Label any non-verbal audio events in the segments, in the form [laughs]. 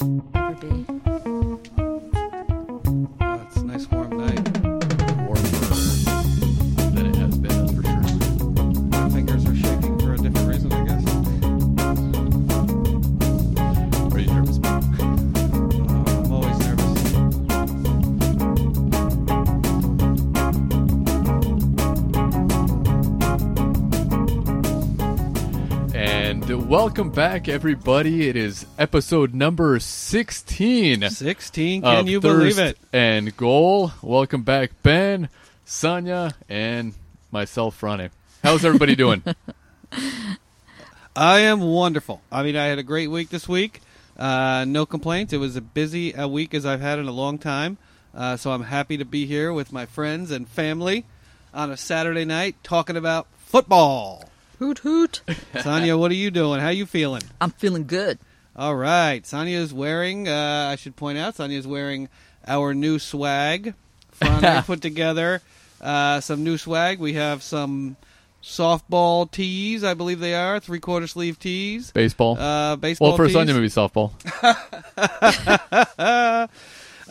ever be. Oh, it's a nice warm night. warmer than it has been, that's for sure. My fingers are shaking for a different reason, I guess. Are you nervous? Uh, I'm always nervous. And welcome back, everybody. It is episode number 16. 16, of can you Thirst believe it? And Goal. Welcome back, Ben, Sonia, and myself, Ronnie. How's [laughs] everybody doing? I am wonderful. I mean, I had a great week this week. Uh, no complaints. It was a busy a week as I've had in a long time. Uh, so I'm happy to be here with my friends and family on a Saturday night talking about [laughs] football. Hoot hoot. Sonia, what are you doing? How you feeling? I'm feeling good. All right. Sonia is wearing, uh, I should point out, Sonia is wearing our new swag. [laughs] Fran put together uh, some new swag. We have some softball tees, I believe they are, three quarter sleeve tees. Baseball. Uh, baseball well, for tees. Sonia, maybe softball.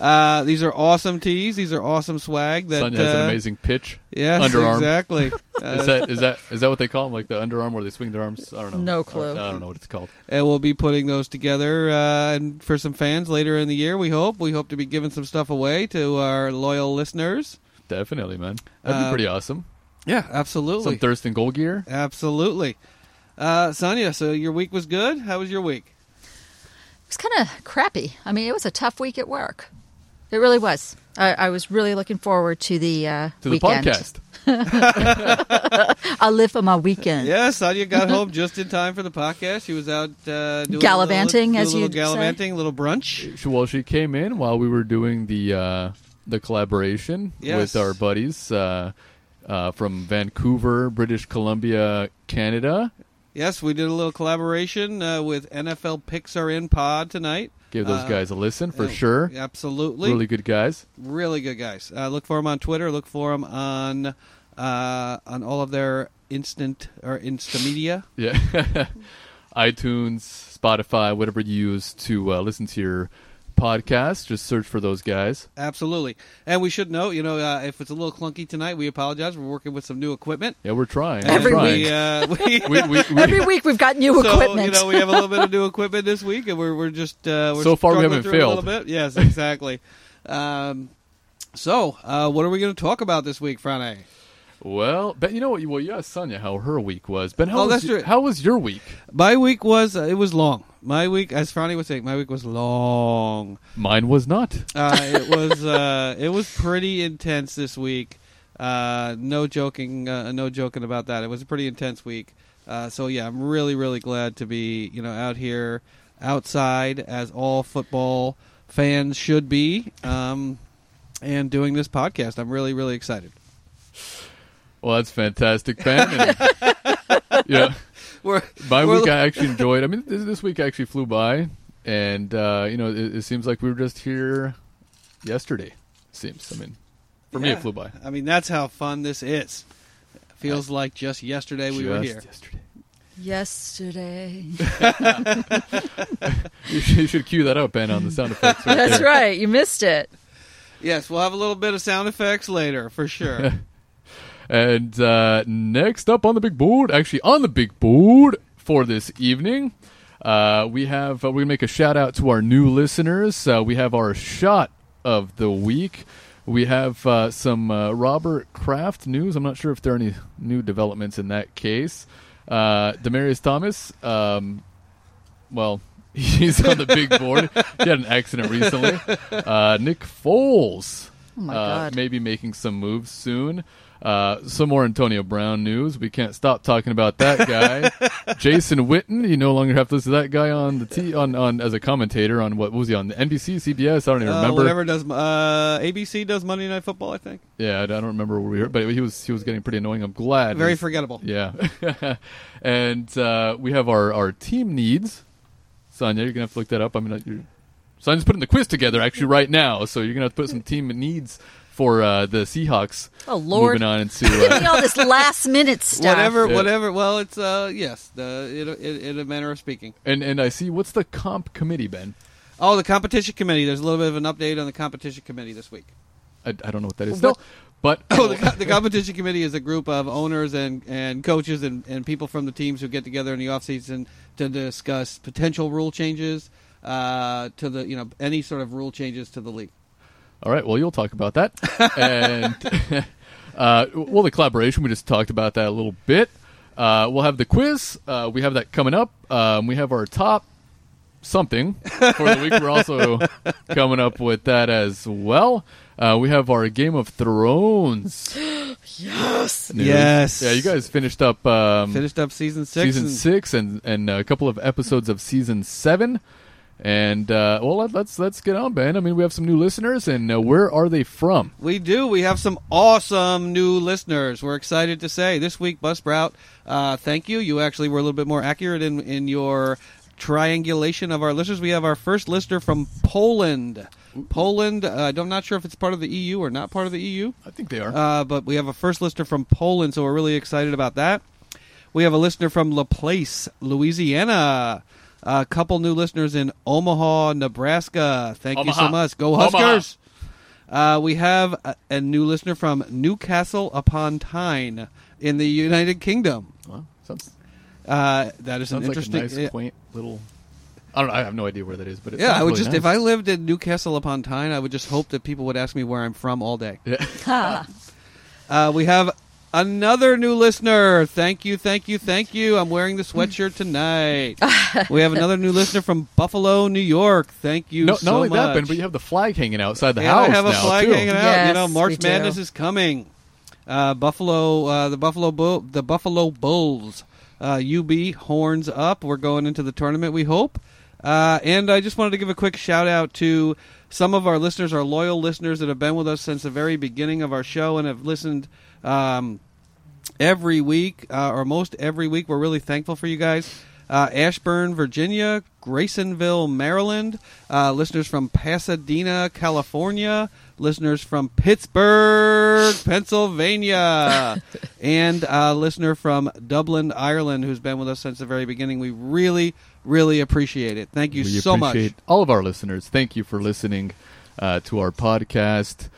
Uh, these are awesome tees. These are awesome swag. That, Sonia has uh, an amazing pitch. Yes, underarm. [laughs] exactly. Uh, Is that is that is that what they call them? Like the underarm where they swing their arms? I don't know. No clue. I don't know what it's called. and we'll be putting those together uh, and for some fans later in the year. We hope. We hope to be giving some stuff away to our loyal listeners. Definitely, man. That'd Uh, be pretty awesome. Yeah, absolutely. Some thirst and goal gear. Absolutely. Uh, Sonia, so your week was good? How was your week? It was kind of crappy. I mean, it was a tough week at work. It really was. I, I was really looking forward to the uh, To the weekend. podcast. I live for my weekend. Yeah, Sonia got [laughs] home just in time for the podcast. She was out uh, doing Gallivanting, a little, as do a little you'd gallivanting, a little brunch. She, well, she came in while we were doing the uh, the collaboration Yes. with our buddies uh, uh, from Vancouver, British Columbia, Canada. Yes, we did a little collaboration uh, with NFL Picks Are In Pod tonight. Give those Uh, guys a listen for yeah, sure. Absolutely. Really good guys. really good guys. Uh, look for them on Twitter. Look for them on uh, on all of their instant or insta media. Yeah. [laughs] iTunes, Spotify, whatever you use to uh, listen to your podcast, just search for those guys. Absolutely. And we should note, you know, uh, if it's a little clunky tonight, we apologize. We're working with some new equipment. Yeah, we're trying. Every we're trying. we, uh, we, [laughs] We- we- we- Every week we've [laughs] got new so equipment. you know we have a little bit of new equipment this week, and we're we're just uh, we're So far, we struggling haven't through it a little failed. bit. Yes, exactly. um, so uh, what are we going to talk about this week, Friday? well, Ben, you know what? Well, you asked Sonia how her week was. Ben, how, Oh, was, that's y- true. how was your week? My week was uh, it was long. My week, as Franny was saying, my week was long. Mine was not. Uh, it was uh, it was pretty intense this week. Uh, no joking, uh, no joking about that. It was a pretty intense week. Uh, so yeah, I'm really really glad to be you know out here outside as all football fans should be, um, and doing this podcast. I'm really really excited. Well, that's fantastic, Ben. [laughs] And- yeah, We're, my we're- week I actually enjoyed. I mean, this, this week actually flew by, and uh, you know, it, it seems like we were just here yesterday. Seems. I mean, for me, Yeah. it flew by. I mean that's how fun this is. Feels like just yesterday we were Just here. yesterday. Yesterday. [laughs] You should, you should cue that up, Ben, on [laughs] the sound effects. Right That's there. right. You missed it. Yes, we'll have a little bit of sound effects later for sure. And uh, next up on the big board, actually on the big board for this evening, uh, we have uh, we make a shout out to our new listeners. Uh, we have our shot of the week. We have uh, some uh, Robert Kraft news. I'm not sure if there are any new developments in that case. Uh, Demarius Thomas, um, well, [laughs] he's on the big board. he had an accident recently. Uh, Nick Foles Oh my uh, God. maybe making some moves soon. Uh, some more Antonio Brown news. We can't stop talking about that [laughs] guy. Jason Witten. You no longer have to listen to that guy on the t on, on as a commentator on what, was he on NBC, CBS? I don't even Uh, remember. whatever does uh, ABC does Monday Night Football, I think. Yeah, I don't remember where we were, but he was he was getting pretty annoying. I'm glad. Very he's- forgettable. Yeah. [laughs] and uh, we have our, our team needs. Sonia, you're going to have to look that up. I mean, you're, Sonia's putting the quiz together actually right now, so you're going to have to put some team needs for uh, the Seahawks. Oh, Lord. Moving on into. Give Uh, me all this last minute stuff. Whatever, Yeah. whatever. Well, it's uh, yes, the in, in, in a manner of speaking. and, and I see, what's the comp committee, Ben? Oh, the competition committee. There's a little bit of an update on the competition committee this week. I, I don't know what that is. What- No, but Oh, the, co- the competition committee is a group of owners and, and coaches and, and people from the teams who get together in the offseason to discuss potential rule changes uh, to the you know any sort of rule changes to the league. Mm-hmm. All right. Well, you'll talk about that. and [laughs] uh, well, the collaboration we just talked about that a little bit. Uh, we'll have the quiz. Uh, we have that coming up. Um, we have our top something for the week. [laughs] We're also coming up with that as well. Uh, we have our Game of Thrones. Yes. news. Yes. Yeah, you guys finished up um, Finished up season six. season and- six and and a couple of episodes of season seven. And uh, well, let, let's let's get on, Ben. I mean, we have some new listeners, and uh, where are they from? We do. We have some awesome new listeners. We're excited to say this week, Bus Sprout, uh, thank you. You actually were a little bit more accurate in, in your triangulation of our listeners. We have our first listener from Poland. Poland, uh, I'm not sure if it's part of the EU or not part of the E EU. I think they are. Uh, but we have a first listener from Poland, so we're really excited about that. We have a listener from LaPlace, Louisiana. A couple new listeners in Omaha, Nebraska. Thank you so Omaha. much. Go Omaha. Huskers! Uh, we have a, a new listener from Newcastle upon Tyne in the United Kingdom. Well, sounds Uh, that is an sounds like a interesting. uh, nice, quaint little. I don't. know. I have no idea where that is, but it yeah, sounds I would really just if I nice. lived in Newcastle upon Tyne, I would just hope that people would ask me where I'm from all day. Yeah. Ha. Uh, we have another new listener. Thank you, thank you, thank you. I'm wearing the sweatshirt tonight. we have another new listener from Buffalo, New York. Thank you No, so not only much. that, Ben, but you have the flag hanging outside the Yeah, house I have a now flag too. hanging out. you Yes, know, we March do. Madness is coming. Uh, Buffalo, uh, the Buffalo, Bull, the Buffalo Bulls, uh, UB horns up. We're going into the tournament. We hope. Uh, and I just wanted to give a quick shout out to some of our listeners, our loyal listeners that have been with us since the very beginning of our show and have listened. Um, every week uh, or most every week. We're really thankful for you guys. Uh, Ashburn, Virginia, Graysonville, Maryland, uh, listeners from Pasadena, California, listeners from Pittsburgh, [laughs] Pennsylvania, and a listener from Dublin, Ireland, who's been with us since the very beginning. We really, really appreciate it. Thank you we so appreciate much. all of our listeners. Thank you for listening uh, to our podcast.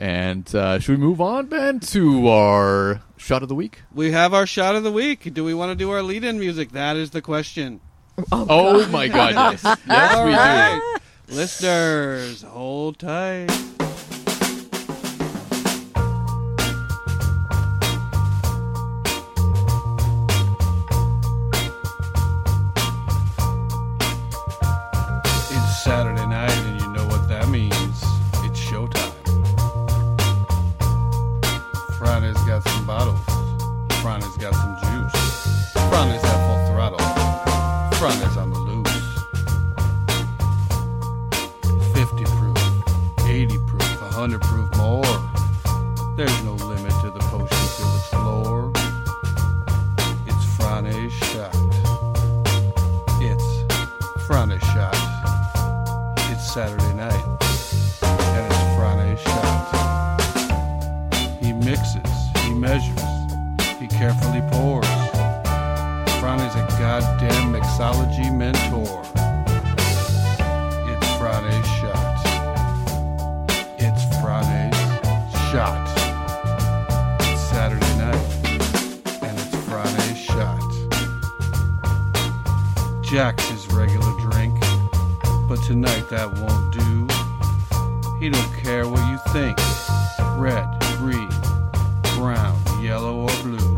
And uh, should we move on, Ben, to our shot of the week? We have our shot of the week. Do we want to do our lead in music? That is the question. Oh, my God! [laughs] Yes, yes All we do. right. [laughs] Listeners, hold tight. It's Saturday night, and you know what that means. It's showtime. Friday's got some bottles. Friday's got some juice. Friday's at full throttle. Friday's on the loose. 50 proof, 80 proof, 100 proof more. There's no limit to the potion till it's floor. It's Friday's shot. It's Friday's shot. It's Saturday night. And it's Friday's shot. He mixes, he measures, he carefully pours. Friday's a goddamn mixology mentor. It's Friday's shot. It's Friday's shot. It's Saturday night, and it's Friday's shot. Jack's his regular drink, but tonight that won't do. He don't care what you think. Red, green, brown, yellow, or blue.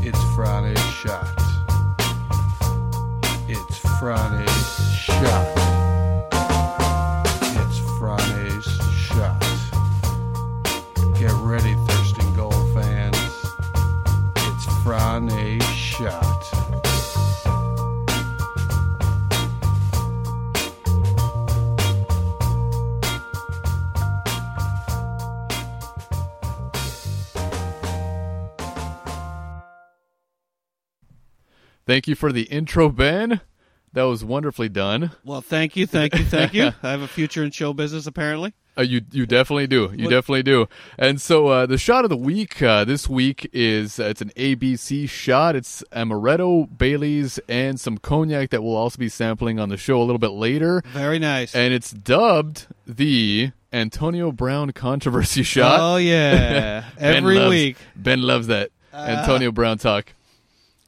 It's Friday's shot. It's Friday's shot. It's Friday's shot. Get ready, Thurston Gold fans. It's Friday's shot. Thank you for the intro, Ben. That was wonderfully done. Well, thank you, thank you, thank [laughs] you. I have a future in show business, apparently. Uh, you you definitely do. You definitely do. And so uh, the shot of the week uh, this week is uh, it's an ABC shot. It's amaretto, Bailey's, and some cognac that we'll also be sampling on the show a little bit later. Very nice. And it's dubbed the Antonio Brown controversy [laughs] shot. oh [laughs] yeah, every ben loves, week. Uh, Ben loves that Antonio Brown talk.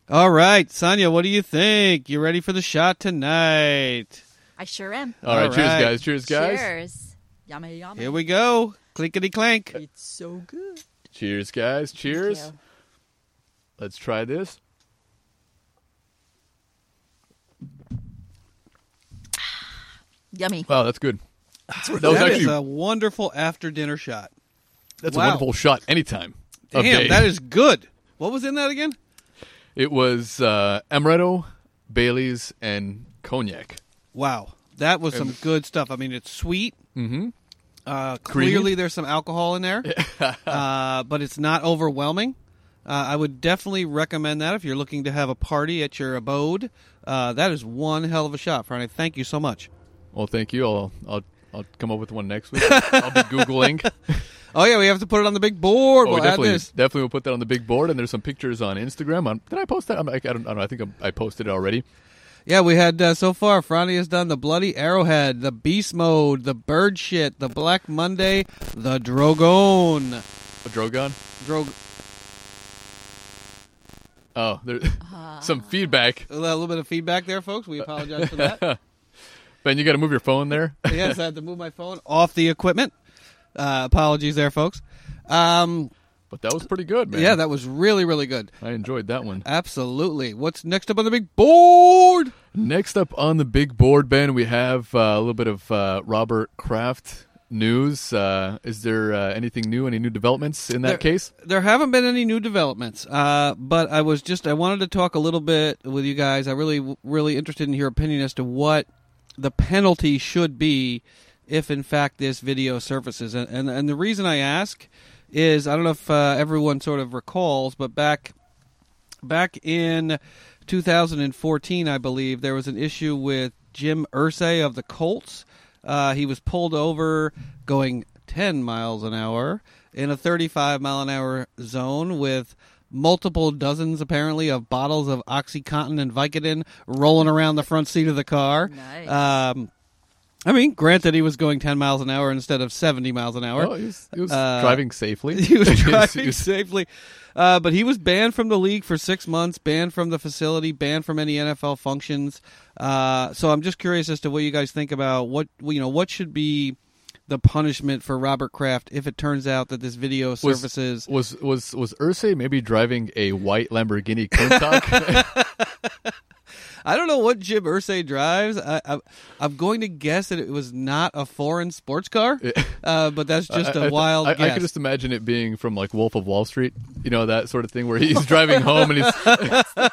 All right, Sonia, what do you think? You ready for the shot tonight? I sure am. All right, All cheers, right. guys. Cheers, guys. Cheers. Yummy, yummy. Here we go. Clinkety clank. It's so good. Thank Cheers, guys. Cheers. you. Let's try this. Yummy. Wow, that's good. That was That is actually a wonderful after dinner shot. that's wow. a wonderful shot. Anytime. of Damn, day. that is good. What was in that again? It was uh, amaretto, Bailey's, and cognac. Wow, that was some good stuff. I mean, it's sweet. Mm-hmm. Uh, clearly, Creamy. there's some alcohol in [laughs] there, uh, but it's not overwhelming. Uh, I would definitely recommend that if you're looking to have a party at your abode. Uh, that is one hell of a shot, Friday. Thank you so much. Well, thank you. I'll I'll, I'll come up with one next week. I'll [laughs] be googling. Oh yeah, we have to put it on the big board. Oh, we we'll add definitely this. definitely will put that on the big board. And there's some pictures on Instagram. On, did I post that? I'm, I, I don't, I don't know. I think I'm, I posted it already. Yeah, we had uh, so far. Franny has done the bloody arrowhead, the beast mode, the bird shit, the Black Monday, the Drogon. A Drogon. Drog. Oh, there, [laughs] Ah. some feedback. A little bit of feedback there, folks. We apologize for [laughs] that. Ben, you got to move your phone there. [laughs] yes, I had to move my phone off the equipment. Uh, apologies there, folks. Um, But that was pretty good, man. yeah, that was really, really good. I enjoyed that one. Absolutely. What's next up on the big board? Next up on the big board, Ben, we have uh, a little bit of uh, Robert Kraft news. Uh, is there uh, anything new? Any new developments in that There- case? There haven't been any new developments, uh, but I was just I wanted to talk a little bit with you guys. I really, really interested in your opinion as to what the penalty should be if, in fact, this video surfaces. And and, and the reason I ask is I don't know if uh, everyone sort of recalls, but back back in 2014, I believe, there was an issue with Jim Ursay of the Colts. Uh, he was pulled over going 10 miles an hour in a 35 mile an hour zone with multiple dozens, apparently, of bottles of OxyContin and Vicodin rolling around the front seat of the car. Nice. Um, I mean, granted, he was going 10 miles an hour instead of 70 miles an hour Oh, he was, he was uh, driving safely. [laughs] [laughs] he was He was- driving he was- safely, uh, but he was banned from the league for six months, banned from the facility, banned from any NFL functions. Uh, so I'm just curious as to what you guys think about what you know what should be the punishment for Robert Kraft if it turns out that this video surfaces. was was was Ursay maybe driving a white Lamborghini Countach? [laughs] I don't know what Jim Ursay drives. I, I, I'm going to guess that it was not a foreign sports car, uh, but that's [laughs] just a I- I- wild I, I guess. could just imagine it being from like Wolf of Wall Street, you know that sort of thing, where he's driving home and he's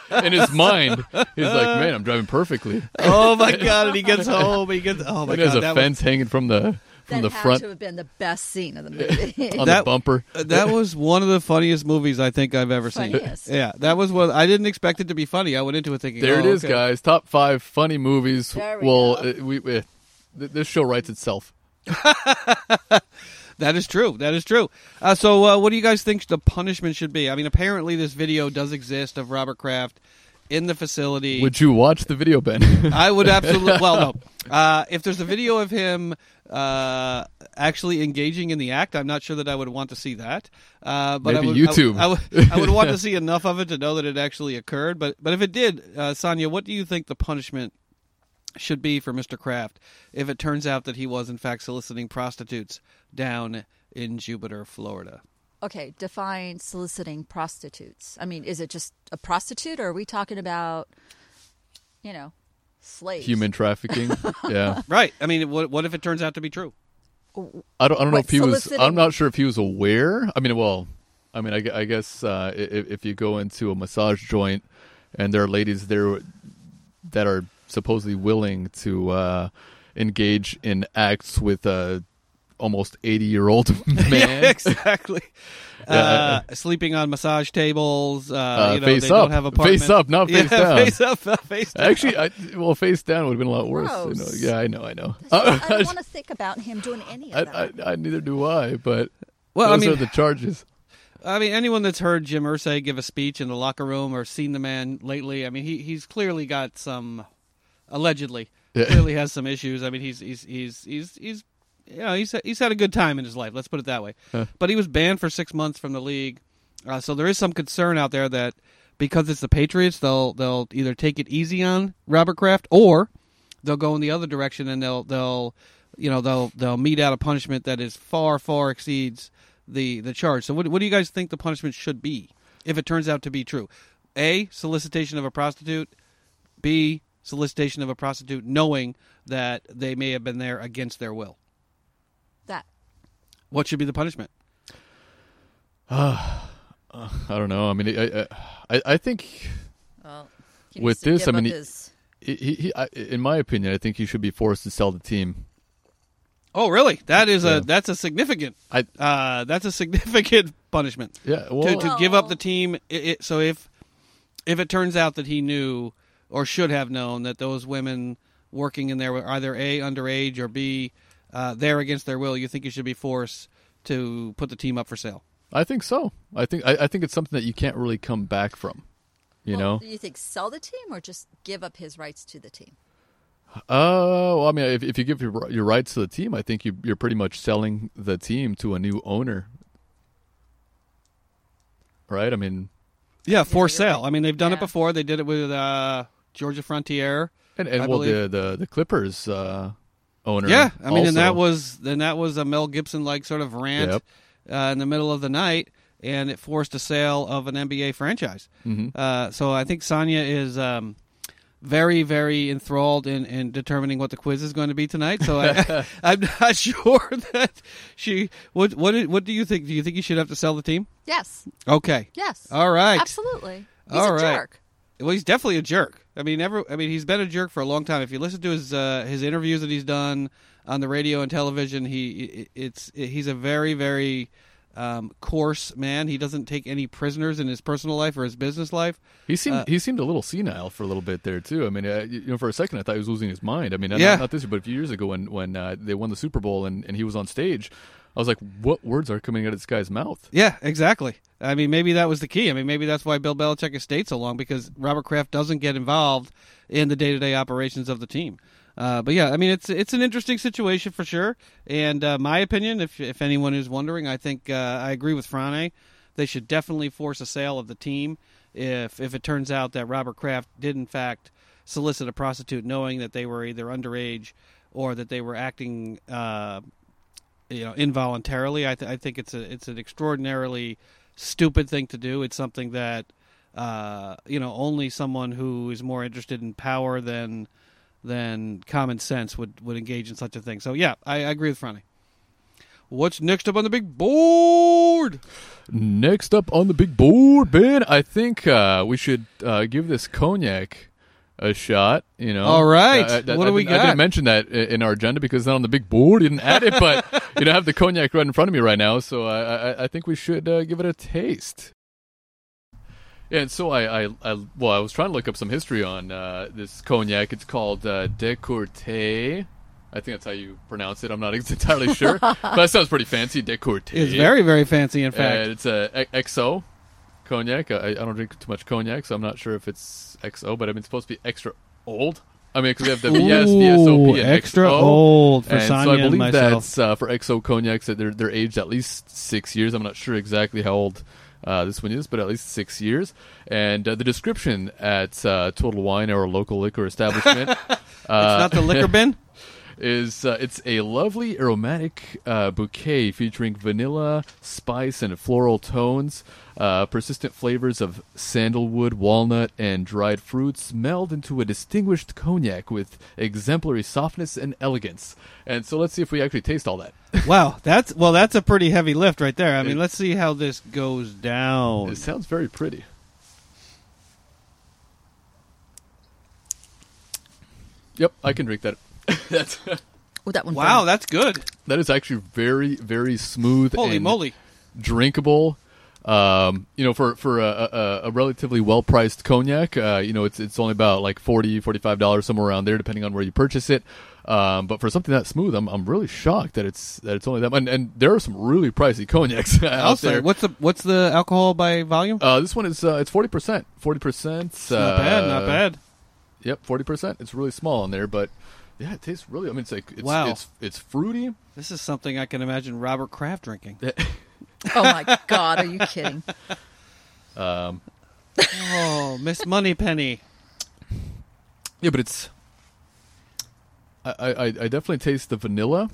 [laughs] in his mind, he's like, "Man, I'm [laughs] driving perfectly." oh my god! And he gets home. He gets. [laughs] Oh my And god! there's a that was- fence hanging from the from That the had front to have been the best scene of the [laughs] movie. on That- the bumper. that was one of the funniest movies I think I've ever Funniest. seen. Yeah, that was one. I didn't expect it to be funny. I went into it thinking, There it oh, is, okay. guys. Top five funny movies. There we well, go. uh, we, we- th- this show writes itself. That is true. That is true. Uh, so, uh, what do you guys think the punishment should be? I mean, apparently this video does exist of Robert Kraft in the facility. Would you watch the video, Ben? [laughs] I would absolutely. Well, no. Uh, if there's a video of him uh, actually engaging in the act, I'm not sure that I would want to see that. Uh, but Maybe I would, YouTube. I would, I would, I would [laughs] want to see enough of it to know that it actually occurred. But but if it did, uh, Sonia, what do you think the punishment should be for Mr. Kraft if it turns out that he was in fact soliciting prostitutes down in Jupiter, Florida? okay, define soliciting prostitutes. I mean, is it just a prostitute, or are we talking about, you know, slaves? Human [laughs] trafficking. Yeah, Right. I mean, what what if it turns out to be true? I don't. I don't know What, if he was. soliciting- I'm not sure if he was aware. I mean, well, I mean, I, gu- I guess uh, if, if you go into a massage joint and there are ladies there that are supposedly willing to uh, engage in acts with uh, almost 80 year old [laughs] [laughs] [laughs] man. exactly. Uh, sleeping on massage tables. Uh, Uh, you know, face they up. Don't have apartments. Face up, not face [laughs] yeah, down. Face up, not face down. Actually, I, well, face down would have been a lot worse. you know. Gross. Yeah, I know, [laughs] I know. I don't want to think about him doing any I, of that. I, I neither do I, but Well, I those mean- are the charges. I mean, anyone that's heard Jim Irsay give a speech in the locker room or seen the man lately, I mean, he he's clearly got some, allegedly, Yeah. clearly has some issues. I mean, he's he's he's he's he's you know he's he's had a good time in his life. Let's put it that way. Huh. But he was banned for six months from the league, uh, so there is some concern out there that because it's the Patriots, they'll they'll either take it easy on Robert Kraft or they'll go in the other direction and they'll they'll you know they'll they'll mete out a punishment that is far far exceeds the the charge. So what what do you guys think the punishment should be if it turns out to be true? A solicitation of a prostitute. B solicitation of a prostitute, knowing that they may have been there against their will. that What should be the punishment? I don't know. I mean, I, I, I, I think well, he With needs to this, give I mean, up it- his- he, he, he- I, in my opinion, I think he should be forced to sell the team. Oh, really? That is Yeah. a that's a significant I uh, that's a significant [laughs] punishment yeah. to, Well, to give up the team. i it, so if if it turns out that he knew or should have known that those women working in there were either a underage or b uh, there against their will, you think you should be forced to put the team up for sale? I think so. I think I, I think it's something that you can't really come back from. You well, know. you think sell the team or just give up his rights to the team? Uh, well, I mean, if, if you give your, your rights to the team, I think you, you're pretty much selling the team to a new owner. Right? I mean, Yeah, for you're sale. right. I mean, they've done it Yeah. before. They did it with uh, Georgia Frontier. and, and I well, the, believe- the the Clippers uh, owner. Yeah, I mean, also- and that was then that was a Mel Gibson like sort of rant Yep. uh, in the middle of the night, and it forced a sale of an NBA franchise. Mm-hmm. Uh, so I think Sonia is um, very, very enthralled in, in determining what the quiz is going to be tonight. So I, [laughs] [laughs] I'm not sure that she. What what do- what do you think? Do you think you should have to sell the team? Yes, Okay. yes, All right. absolutely. He's All a right. jerk. Well, he's definitely a jerk. I mean, ever. I mean, he's been a jerk for a long time. If you listen to his uh, his interviews that he's done on the radio and television, he i- it's he's a very very um, coarse man. He doesn't take any prisoners in his personal life or his business life. He seemed uh, he seemed a little senile for a little bit there too. I mean, uh, you know, for a second I thought he was losing his mind. I mean, not- Yeah. not, this year, but a few years ago when when uh, they won the Super Bowl and, and he was on stage, I was like, what words are coming out of this guy's mouth? Yeah, exactly. I mean, maybe that was the key. I mean, maybe that's why Bill Belichick has stayed so long because Robert Kraft doesn't get involved in the day to day operations of the team. Uh, but yeah, I mean, it's it's an interesting situation for sure. And uh, my opinion, if if anyone is wondering, I think uh, I agree with Frane. They should definitely force a sale of the team if if it turns out that Robert Kraft did in fact solicit a prostitute, knowing that they were either underage or that they were acting. Uh, you know involuntarily. I, th- I think it's a it's an extraordinarily stupid thing to do. It's something that uh, you know only someone who is more interested in power than than common sense would would engage in such a thing. So yeah, I, I agree with Franny. What's next up on the big board? Next up on the big board, Ben, I think uh, we should uh, give this cognac a shot. You know, All right. Uh, that- What I do we didn't- I got? didn't mention that i- in our agenda because it's not on the big board. You didn't add it, [laughs] but you know, I have the cognac right in front of me right now, so I I, I think we should uh, give it a taste. Yeah, and so I, I, I, well, I was trying to look up some history on uh, this cognac. It's called uh, Decourté. I think that's how you pronounce it. I'm not [laughs] entirely sure, but that sounds pretty fancy. Decourté. It's very very fancy. In fact, Uh, it's a e- XO cognac. I, I don't drink too much cognac, so I'm not sure if it's XO, but I mean, it's supposed to be extra old. I mean, because we have the VS, Ooh, VSOP, and extra XO. old for and so Sonia I and believe myself. that's uh, for XO cognacs that they're they're aged at least six years. I'm not sure exactly how old uh, this one is, but at least six years. And uh, the description at uh, Total Wine or local liquor establishment. [laughs] it's not the liquor bin. is uh, it's a lovely aromatic uh, bouquet featuring vanilla, spice, and floral tones, uh, persistent flavors of sandalwood, walnut, and dried fruits, meld into a distinguished cognac with exemplary softness and elegance. And so let's see if we actually taste all that. Wow, that's well, that's a pretty heavy lift right there. I mean, let's see how this goes down. It sounds very pretty. Yep, I can drink that. [laughs] That's Oh, that one. Wow, burned. that's good. That is actually very, very smooth. Holy and moly. Drinkable. Um, you know, for for a, a, a relatively well priced cognac, uh, you know, it's it's only about like 40 dollars somewhere around there, depending on where you purchase it. Um, but for something that smooth, I'm, I'm really shocked that it's that it's only that. much. And, and there are some really pricey cognacs [laughs] out I'll say, there. what's the what's the alcohol by volume? Uh, this one is uh, it's forty percent, forty percent. uh, not bad, not bad. Yep, forty percent. It's really small in there, but yeah, it tastes really. I mean, it's like it's Wow. it's, [laughs] it's fruity. This is something I can imagine Robert Kraft drinking. Oh my god, are [laughs] you kidding? Um, Oh, Miss Moneypenny. yeah, but it's. I, I I I definitely taste the vanilla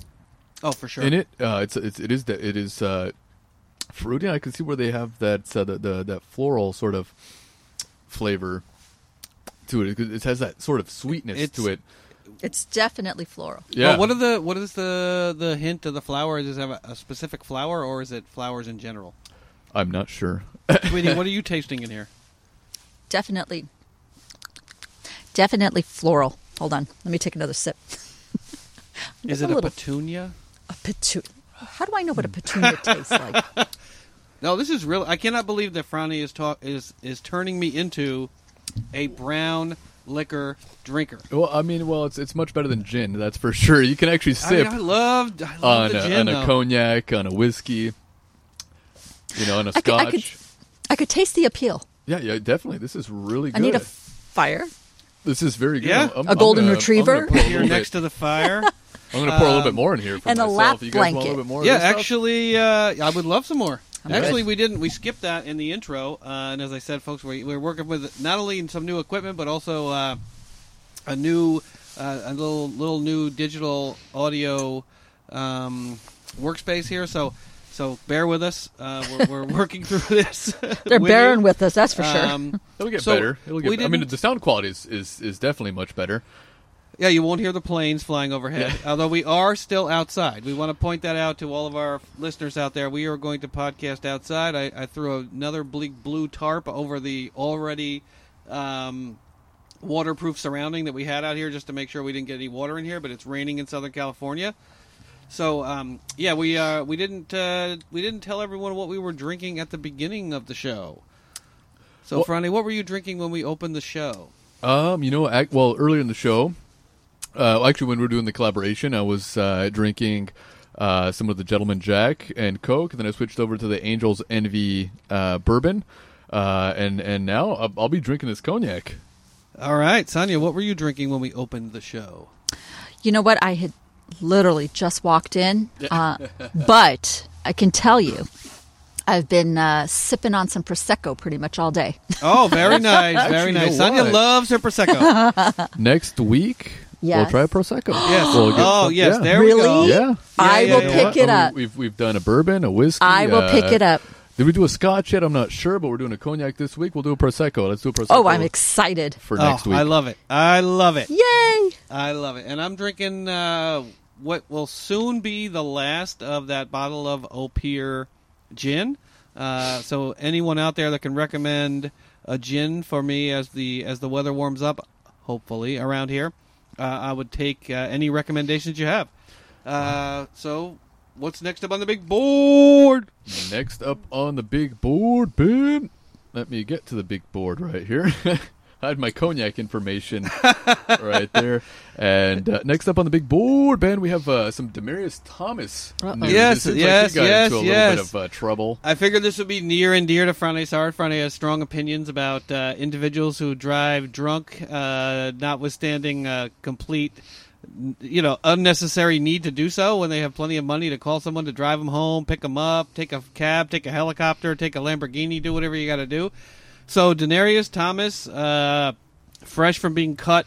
Oh, for sure. in it. Uh, it's it's it is the, it is uh, fruity. I can see where they have that uh, the, the that floral sort of flavor to it. It has that sort of sweetness It's- to it. It's definitely floral. Yeah. Well, what are the what is the the hint of the flower? Does it have a, a specific flower, or is it flowers in general? I'm not sure. [laughs] Sweetie, what are you tasting in [laughs] here? Definitely, definitely floral. Hold on, let me take [laughs] another sip. Is It's it a a, Hmm. little- petunia? A petunia. How do I know what [laughs] a petunia tastes like? No, this is real. I cannot believe that Franny is talk is is turning me into a brown liquor drinker. Well, I mean, well, it's it's much better than gin, that's for sure. You can actually I, mean, sip I loved I love on, the a, gin on a though. cognac, on a whiskey, you know, on a I could- scotch. I could- I could taste the appeal. yeah, yeah, definitely. This is really good. I need a fire. this is very good. Yeah. I'm- I'm- A golden I'm gonna- retriever? I'm gonna pour a Here little next bit- to the fire. [laughs] I'm going to pour a little bit um, more in here for and a myself. lap you guys want a little blanket. bit more? of yeah, this stuff? actually, uh, I would love some more. Okay. Actually, we didn't. We skipped that in the intro, uh, and as I said, folks, we, we're working with not only some new equipment, but also uh, a new, uh, a little little new digital audio um, workspace here. So, so bear with us. Uh, we're, [laughs] we're working through this. They're with bearing you. with us, that's for sure. Um, It'll get so better. It'll get we better. I mean, didn't- the sound quality is, is, is definitely much better. Yeah, you won't hear the planes flying overhead. Although we are still outside. We want to point that out to all of our listeners out there. We are going to podcast outside. I, I threw another bleak blue tarp over the already um, waterproof surrounding that we had out here just to make sure we didn't get any water in here. But it's raining in Southern California. So um, yeah, we uh, we didn't uh, we didn't tell everyone what we were drinking at the beginning of the show. So, Well- Franny, what were you drinking when we opened the show? Um, you know, ac well, earlier in the show, uh, actually, when we were doing the collaboration, I was uh, drinking uh, some of the Gentleman Jack and Coke, and then I switched over to the Angels Envy uh, bourbon, uh, and and now I'll, I'll be drinking this cognac. All right, Sonia, what were you drinking when we opened the show? You know what? I had literally just walked in, uh, [laughs] but I can tell you, I've been uh, sipping on some prosecco pretty much all day. Oh, [laughs] very nice, very Actually, you nice. know Sonia what? loves her [laughs] prosecco. Next week, we'll Yes. try [gasps] prosecco. Yes. We'll get [laughs] oh, some- yes. yeah. There we Really? go. Yeah. [laughs] I yeah, will yeah. Oh, pick it Uh, up. we- We've we've done a bourbon, a whiskey. I will pick uh, it up. Did we do a scotch yet? I'm not sure, but we're doing a cognac this week. We'll do a prosecco. Let's do a prosecco. Oh, I'm excited! for Oh, next week. I love it. I love it. Yay! I love it. And I'm drinking uh, what will soon be the last of that bottle of Opier gin. Uh, so anyone out there that can recommend a gin for me as the as the weather warms up, hopefully around here, uh, I would take uh, any recommendations you have. Uh, so what's next up on the big board? Next up on the big board, Ben. Let me get to the big board right here. [laughs] I had my [laughs] cognac information right there. And uh, next up on the big board, Ben, we have uh, some Demarius Thomas. Uh-oh. news. Yes, It seems like yes, he got yes, into a yes. little bit of uh, trouble. I figured this would be near and dear to Friday. Sorry, Friday has strong opinions about uh, individuals who drive drunk, uh, notwithstanding uh, complete, n- you know, unnecessary need to do so when they have plenty of money to call someone to drive them home, pick them up, take a cab, take a helicopter, take a Lamborghini, do whatever you got to do. So Denarius Thomas, uh, fresh from being cut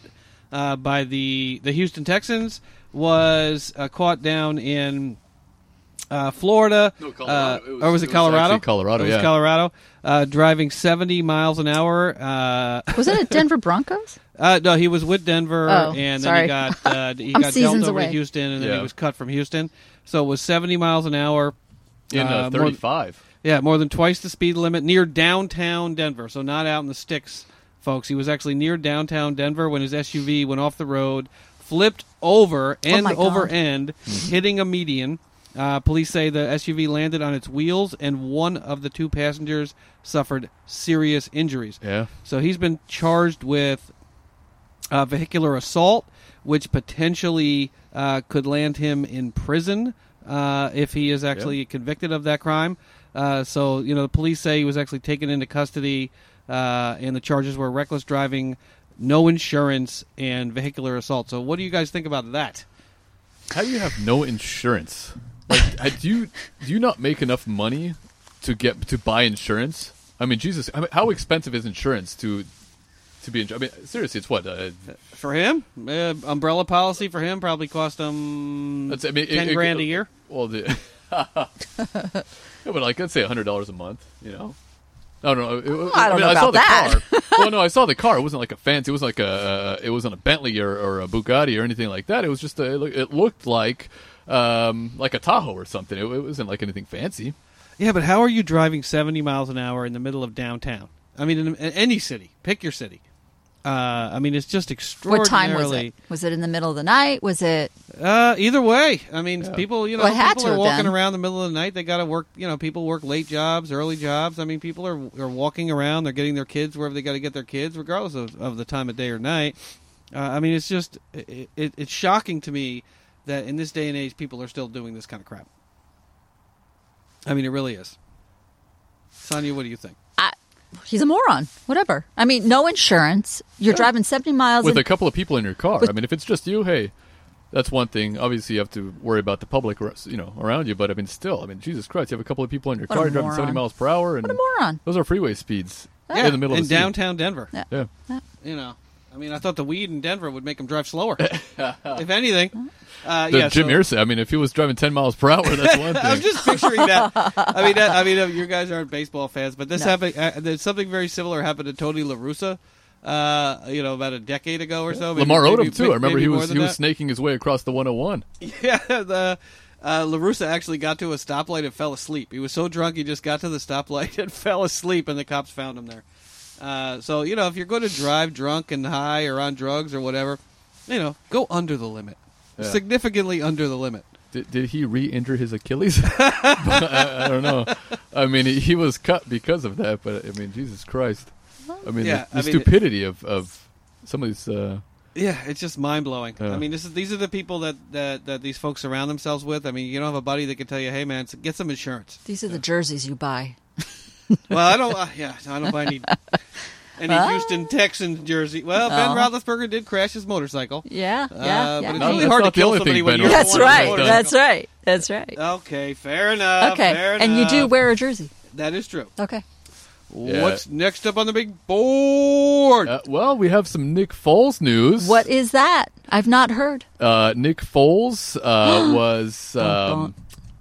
uh, by the the Houston Texans, was uh, caught down in uh, Florida. No, Colorado. Uh, It was- or was it, it was Colorado? actually Colorado, It was yeah. Colorado. Uh, driving 70 miles an hour. Uh, Was it at Denver Broncos? uh, no, he was with Denver, Oh, and then he sorry. [laughs] got uh, he got I'm dealt seasons over to away. Houston, and then he Yeah. was cut from Houston. So it was 70 miles an hour. In uh, more- 35. yeah, more than twice the speed limit near downtown Denver. So not out in the sticks, folks. He was actually near downtown Denver when his SUV went off the road, flipped over end Oh my over God. end, hitting a median. Uh, police say the SUV landed on its wheels, and one of the two passengers suffered serious injuries. Yeah. So he's been charged with uh, vehicular assault, which potentially uh, could land him in prison uh, if he is actually convicted of that crime. Uh, so, you know, the police say he was actually taken into custody, uh, and the charges were reckless driving, no insurance, and vehicular assault. So, what do you guys think about that? How do you have no insurance? Like, [laughs] I- do you do you not make enough money to get to buy insurance? I mean, Jesus, I mean, how expensive is insurance to to be? Ins- I mean, seriously, it's what? Uh, For him, uh, umbrella policy for him probably cost him that's, I mean, it- Mm, ten it- grand a year. Well, the, [laughs] yeah, but like, let's say hundred dollars a month. You know. I don't know. It- it- Oh, I don't mean, know I saw about the that. car. [laughs] well, no, I saw the car. It wasn't like a fancy. It was like a. It was on a Bentley or, or a Bugatti or anything like that. It was just. A, it loo- it looked like, um, like a Tahoe or something. It, it wasn't like anything fancy. Yeah, but how are you driving 70 miles an hour in the middle of downtown? I mean, in, in any city, pick your city. Uh, I mean, it's just What time extraordinarily. was it? Was it in the middle of the night? Was it? Uh, either way, I mean, people you know Well, it had people to are have walking been. around the middle of the night. They got to work. You know, people work late jobs, early jobs. I mean, people are are walking around. They're getting their kids wherever they got to get their kids, regardless of, of the time of day or night. Uh, I mean, it's just it, it, it's shocking to me that in this day and age, people are still doing this kind of crap. I mean, it really is. Sonia, what do you think? I, he's a moron. Whatever. I mean, no insurance. You're driving 70 miles. with an- a couple of people in your car. I mean, if it's just you, hey, that's one thing. Obviously, you have to worry about the public, ar- you know, around you. But I mean, still, I mean, Jesus Christ, you have a couple of people in your What car a you're driving seventy moron. miles per hour, and what a moron. those are freeway speeds Yeah, in the middle in of the city. downtown Denver. Yeah. Yeah, You know, I mean, I thought the weed in Denver would make them drive [laughs] slower. if anything, uh, the yeah. Jim so- Irsay. I mean, if he was driving ten miles per [laughs] hour, that's one I'm thing. just picturing that. I mean, that, I mean, uh, you guys aren't baseball fans, but this No. happened. Uh, there's something very similar happened to Tony La Russa, uh, you know, about a decade ago or so. Maybe- Lamar Odom maybe- too. may- I remember maybe he more was than he was that. snaking his way across the 101. [laughs] Yeah, the uh, Larusa actually got to a stoplight and fell asleep. He was so drunk he just got to the stoplight [laughs] and fell asleep, and the cops found him there. Uh, so you know, if you're going to drive drunk and high or on drugs or whatever, you know, go under the limit, Yeah. significantly under the limit. Did, did he re-injure his Achilles? [laughs] I, I don't know. I mean, he, he was cut because of that, but I mean, Jesus Christ! I mean, Yeah, the, the I mean- stupidity of of some of these. Uh, Yeah, it's just mind blowing. Yeah. I mean, this is these are the people that, that that these folks surround themselves with. I mean, you don't have a buddy that can tell you, "Hey, man, s- get some insurance." These are the jerseys you buy. Well, I don't. Uh, yeah, I don't buy [laughs] any any Ah. Houston Texans jersey. Well, Ben Oh. Roethlisberger did crash his motorcycle. Yeah. Yeah. Uh, but yeah. it's Uh-huh. No, really that's hard to not the kill only somebody thing when Ben you're That's the one right. who's Yeah. That's doing right. That's right. it. Okay, fair enough. okay. Uh, fair And you do enough. wear a jersey. That is true. Okay. Yeah. What's next up on the big board? uh, well, we have some Nick Foles news. What is that? I've not heard. Uh, Nick Foles uh, was. Um, dun.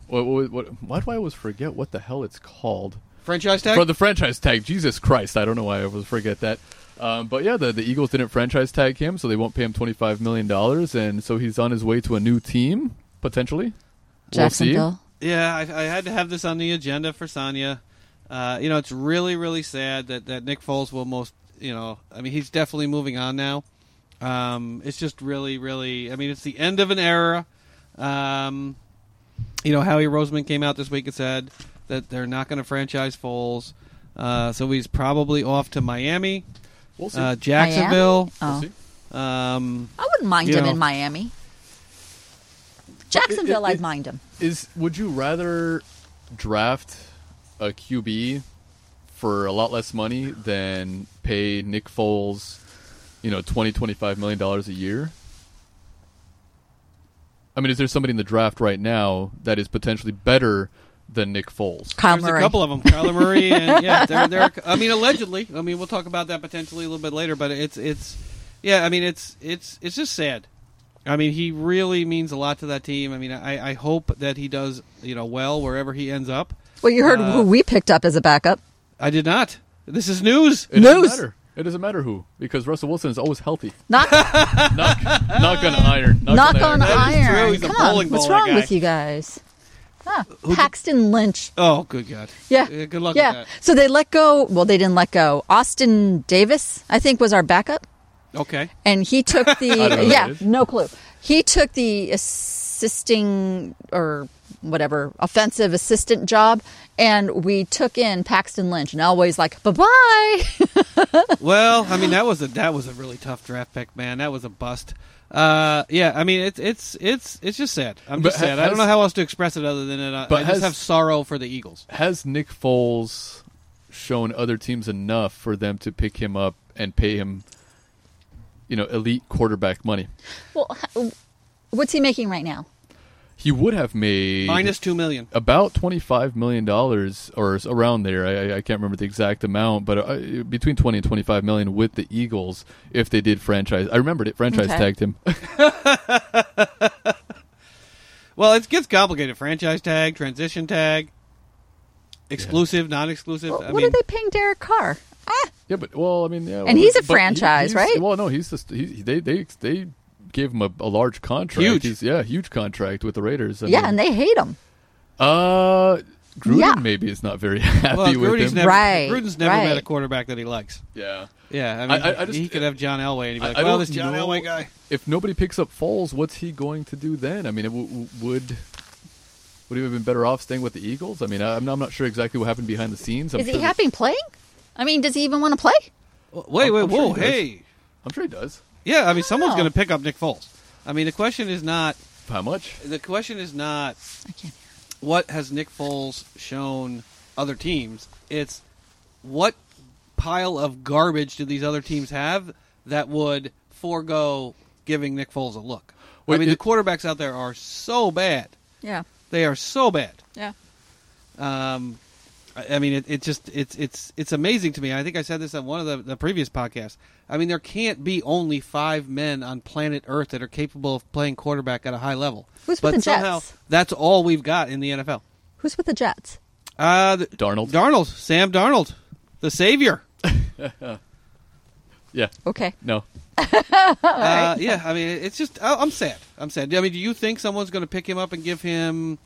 what, what, what, why do I always forget what the hell it's called? Franchise tag. For the franchise tag, Jesus Christ! I don't know why I always forget that. Um, but yeah, the, the Eagles didn't franchise tag him, so they won't pay him twenty five million dollars, and so he's on his way to a new team potentially. We'll see. Jacksonville. Yeah, I, I had to have this on the agenda for Sonya. Uh, you know, it's really, really sad that, that Nick Foles will most, you know, I mean, he's definitely moving on now. Um, it's just really, really, I mean, it's the end of an era. Um, you know, Howie Roseman came out this week and said that they're not going to franchise Foles. Uh, so he's probably off to Miami, We'll see. uh, Jacksonville. Oh. We'll see. Um, I wouldn't mind You him know. in Miami. Jacksonville, it- I'd it- mind him. Is would you rather draft a QB for a lot less money than pay Nick Foles, you know, 20 25 million dollars a year? I mean, is there somebody in the draft right now that is potentially better than Nick Foles? Kyle there's Murray. a couple of them, Kyler Murray, [laughs] and yeah, they're, they're, I mean, allegedly. I mean, we'll talk about that potentially a little bit later, but it's it's yeah. I mean, it's it's it's just sad. I mean, he really means a lot to that team. I mean, I, I hope that he does you know well wherever he ends up. well, you heard uh, who we picked up as a backup. I did not. This is news. It News. doesn't matter. It doesn't matter who, because Russell Wilson is always healthy. Not Knock, knock on iron. Knock, knock That on iron. on is true. iron. He's a Come on. bowling What's ball, that wrong guy. with you guys? Ah, Paxton Lynch. Oh, good God. Yeah. Good luck Yeah. with So they let go. Well, they didn't let go. Austin Davis, I think, was our backup. that. Okay. and he took I don't know the who yeah that is. no clue he took the assisting or whatever offensive assistant job and we took in paxton lynch and always like bye-bye [laughs] Well, I mean that was a that was a really tough draft pick, man. That was a bust. Uh, yeah, I mean it's it's it's it's just sad. I'm But just ha- sad. I don't has- know how else to express it other than it. I, I But just has- have sorrow for the Eagles. Has Nick Foles shown other teams enough for them to pick him up and pay him, you know, elite quarterback money? well h- what's he making right now He would have made Minus two million. about twenty-five million dollars or s- around there. I, I- I can't remember the exact amount, but uh, between twenty and twenty-five million with the Eagles if they did franchise. I remembered it. Franchise Okay. tagged him. [laughs] Well, it gets complicated. Franchise tag, transition tag, exclusive, non-exclusive. I what mean, are they paying derek carr ah, yeah, but well, I mean, yeah, And well, he's a but he- franchise, he's- right? Well, no, he's just he, they they they gave him a, a large contract. Huge. He's, yeah, huge contract with the Raiders. I yeah mean, and they hate him Uh, Gruden Yeah. maybe is not very [laughs] happy well, with Gruden's him. never Right, Gruden's never right. met a quarterback that he likes. yeah. Yeah, I mean, I- I- I just- he could have John Elway, and he'd be I- like, I "Well, don't this John know- Elway guy." If nobody picks up Foles, what's he going to do then? I mean, it w- w- would would he have been better off staying with the Eagles? I mean, I, I'm I'm not sure exactly what happened behind the scenes. I'm is he sure that- happy playing i mean does he even want to play Wait, I'm- wait, I'm sure whoa, he does. hey, I'm sure he does. yeah. I mean, someone's Oh. going to pick up Nick Foles. I mean, the question is not. How much? The question is not i can't what has Nick Foles shown other teams? It's what pile of garbage do these other teams have that would forego giving Nick Foles a look? Wait, I mean, it- the quarterbacks out there are so bad. yeah They are so bad. yeah Um, I I mean, it, it just it's it's it's amazing to me. I think I said this on one of the, the previous podcasts. I mean, there can't be only five men on planet Earth that are capable of playing quarterback at a high level. Who's with but the somehow Jets? that's all we've got in the NFL. who's with the jets Uh, the, Darnold. Darnold, Sam Darnold, the savior. yeah. okay No. Uh, yeah, I mean, it's just I, I'm sad. I'm sad. I mean, do you think someone's going to pick him up and give him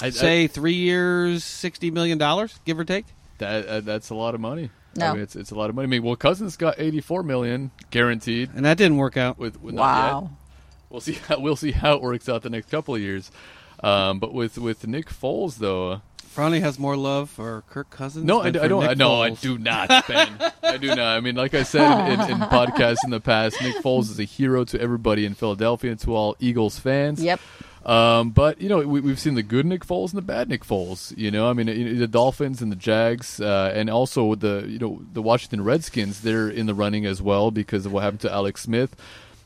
I, say three years, sixty million dollars, give or take? that uh, that's a lot of money. I No. mean, it's it's a lot of money. I mean, well, Cousins got 84 million guaranteed. And that didn't work out. With, with not yet. wow We'll see. How, we'll see how it works out the next couple of years. Um, but with with Nick Foles though, Fronley has more love for Kirk Cousins. no, I, than d- I for don't. Nick I, no, I Foles. do not, Ben. I do not. I mean, like I said in, in podcasts in the past, Nick Foles is a hero to everybody in Philadelphia and to all Eagles fans. Yep. Um, but you know, we, we've seen the good Nick Foles and the bad Nick Foles. You know, I mean, you know, the Dolphins and the Jags, uh, and also the you know the Washington Redskins. They're in the running as well because of what happened to Alex Smith.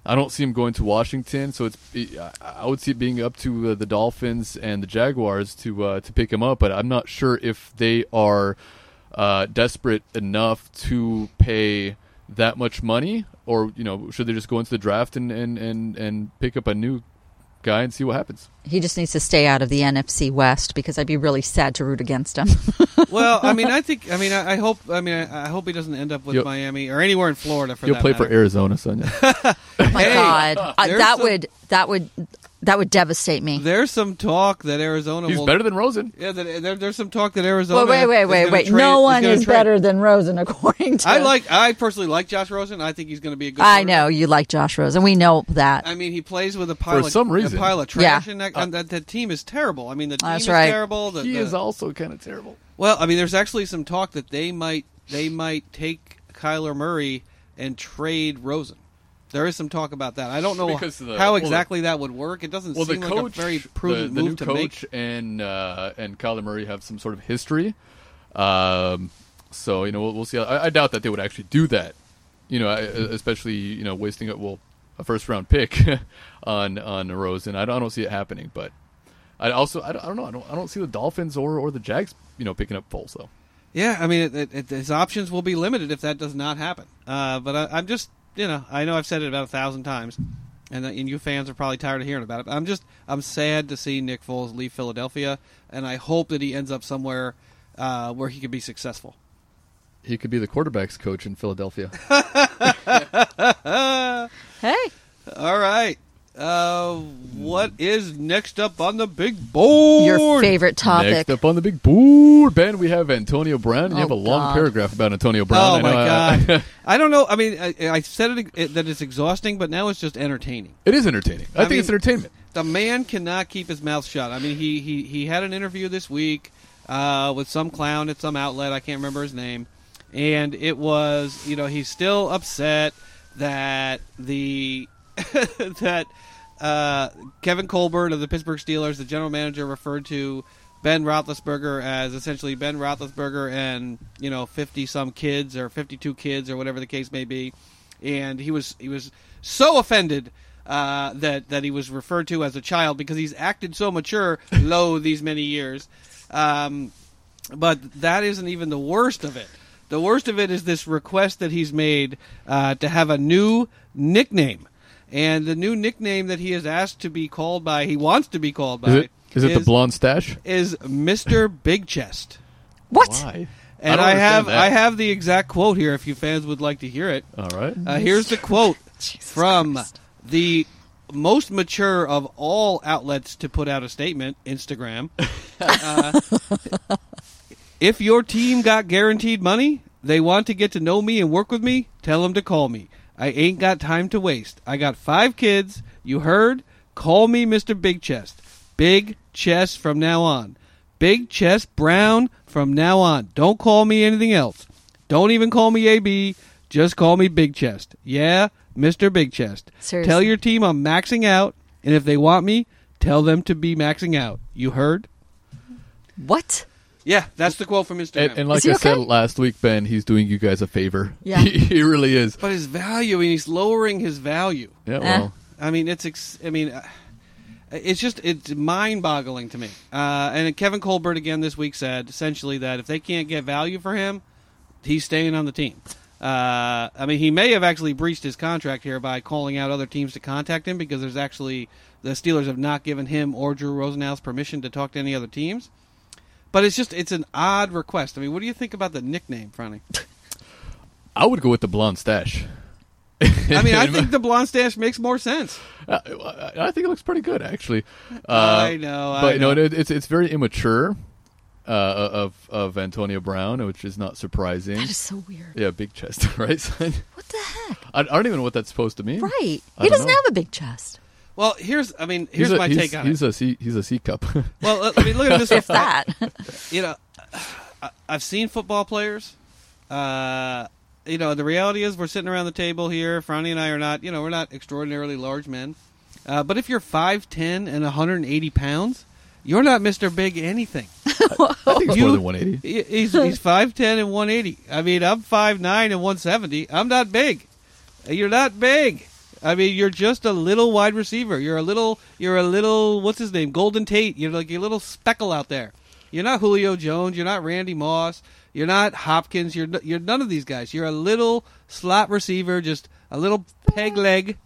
I don't see him going to Washington, so it's I- I would see it being up to uh, the Dolphins and the Jaguars to uh, to pick him up. But I'm not sure if they are uh, desperate enough to pay that much money, or you know, should they just go into the draft and and and, and pick up a new guy and see what happens. He just needs to stay out of the NFC West because I'd be really sad to root against him. [laughs] [laughs] well, I mean, I think. I mean, I, I hope. I mean, I, I hope he doesn't end up with You'll- Miami or anywhere in Florida. For You'll that play for matter. Arizona, [laughs] Sonia. Oh my Hey, uh, God, I, there's that some- would that would that would devastate me. There's some talk that Arizona. He's will, better than Rosen. Yeah, that, eh, there, there's some talk that Arizona. Well, wait, wait, is wait, gonna wait. trade- No one gonna is trade- better than Rosen, [laughs] according to. I like. I personally like Josh Rosen. I think he's going to be a good. I quarterback. know you like Josh Rosen. We know that. I mean, he plays with a pile For of some a reason. Uh, pile of trash, Yeah. and, that, and that, that team is terrible. I mean, the team That's is right. terrible. The, He the- is also kind of terrible. well, I mean, there's actually some talk that they might they might take Kyler Murray and trade Rosen. There is some talk about that. I don't know Because of the- how well, exactly that would work. It doesn't Well, the seem coach, like a very prudent the, the move new to make. coach, and uh, and Kyler Murray have some sort of history. Um, so you know, we'll, we'll see. I, I doubt that they would actually do that. You know, I- e, especially you know wasting a, well a first round pick [laughs] on on Rosen. I don't, I don't see it happening. But I also I don't, I don't know. I don't I don't see the Dolphins or or the Jags you know picking up Foles though. Yeah, I mean, it, it, it, his options will be limited if that does not happen. Uh, but I, I'm just, you know, I know I've said it about a thousand times, and, uh, and you fans are probably tired of hearing about it. I'm just, I'm sad to see Nick Foles leave Philadelphia, and I hope that he ends up somewhere uh, where he can be successful. He could be the quarterbacks coach in Philadelphia. hey, All right. Uh, what is next up on the big board? Your favorite topic. Next up on the big board, Ben, we have Antonio Brown. You Oh, have a long God. paragraph about Antonio Brown. Oh I my know, uh, god! I don't know. I mean, I, I said it, it that it's exhausting, but now it's just entertaining. [laughs] it is entertaining. I, I think mean- it's entertainment. The man cannot keep his mouth shut. I mean, he he, he had an interview this week uh, with some clown at some outlet. I can't remember his name, and it was you know he's still upset that the [laughs] that uh, Kevin Colbert of the Pittsburgh Steelers, the general manager, referred to Ben Roethlisberger as essentially Ben Roethlisberger and you know fifty some kids or fifty two kids or whatever the case may be, and he was he was so offended uh, that that he was referred to as a child because he's acted so [laughs] mature, lo these many years. Um, but that isn't even the worst of it. The worst of it is this request that he's made uh, to have a new nickname, and the new nickname that he has asked to be called by, he wants to be called by, Is it? Is it the blonde stash? is Mister Big [laughs] Chest. what? Why? And don't I, understand have that. I have the exact quote here if you fans would like to hear it. All right. Uh, here's the quote [laughs] Jesus from Christ. the most mature of all outlets to put out a statement, Instagram. Uh, if your team got guaranteed money, they want to get to know me and work with me, tell them to call me. I ain't got time to waste. I got five kids. You heard? Call me Mr. Big Chest. Big Chest from now on. Big Chest Brown from now on. Don't call me anything else. Don't even call me AB. Just call me Big Chest. Yeah, Mr. Big Chest. Seriously. Tell your team I'm maxing out, and if they want me, tell them to be maxing out. You heard? What? Yeah, that's the quote from Instagram. And, and like Is he I said okay? last week, Ben, he's doing you guys a favor. Yeah. [laughs] he, he really is. but his value, I mean, he's lowering his value. Yeah, Eh. well, I mean, it's. Ex- I mean, uh, it's just it's mind-boggling to me. Uh, and Kevin Colbert again this week said essentially that if they can't get value for him, he's staying on the team. Uh, I mean, he may have actually breached his contract here by calling out other teams to contact him because there's actually the Steelers have not given him or Drew Rosenhaus permission to talk to any other teams. But it's just it's an odd request. I mean, what do you think about the nickname, Franny? I would go with the blonde stash. I [laughs] mean, I think the blonde stash makes more sense. Uh, I- I think it looks pretty good, actually. Uh, I know, I but no, know. it, it's it's very immature uh, of of Antonio Brown, which is not surprising. That is so weird. yeah, big chest, [laughs] right? son? What the heck? I, I don't even know what that's supposed to mean. Right. I He don't doesn't know. have a big chest. Well, here's I mean, He's here's a- my he's- take on it. He's a C, he's a C cup. [laughs] Well, uh, I mean, look at it this. If way. that. you know, I- I've seen football players. Uh, you know, the reality is we're sitting around the table here. Franny and I are not. You know, we're not extraordinarily large men. Uh, but if you're five ten and 180 pounds, you're not Mister Big anything. I think it's You- [laughs] more than 180. He- He's [laughs] he's five ten and 180. I mean, I'm five nine and 170. I'm not big. You're not big. I mean, you're just a little wide receiver. You're a little. You're a little. What's his name? Golden Tate. You're like a little speckle out there. You're not Julio Jones. You're not Randy Moss. You're not Hopkins. You're n- you're none of these guys. You're a little slot receiver, just a little peg leg.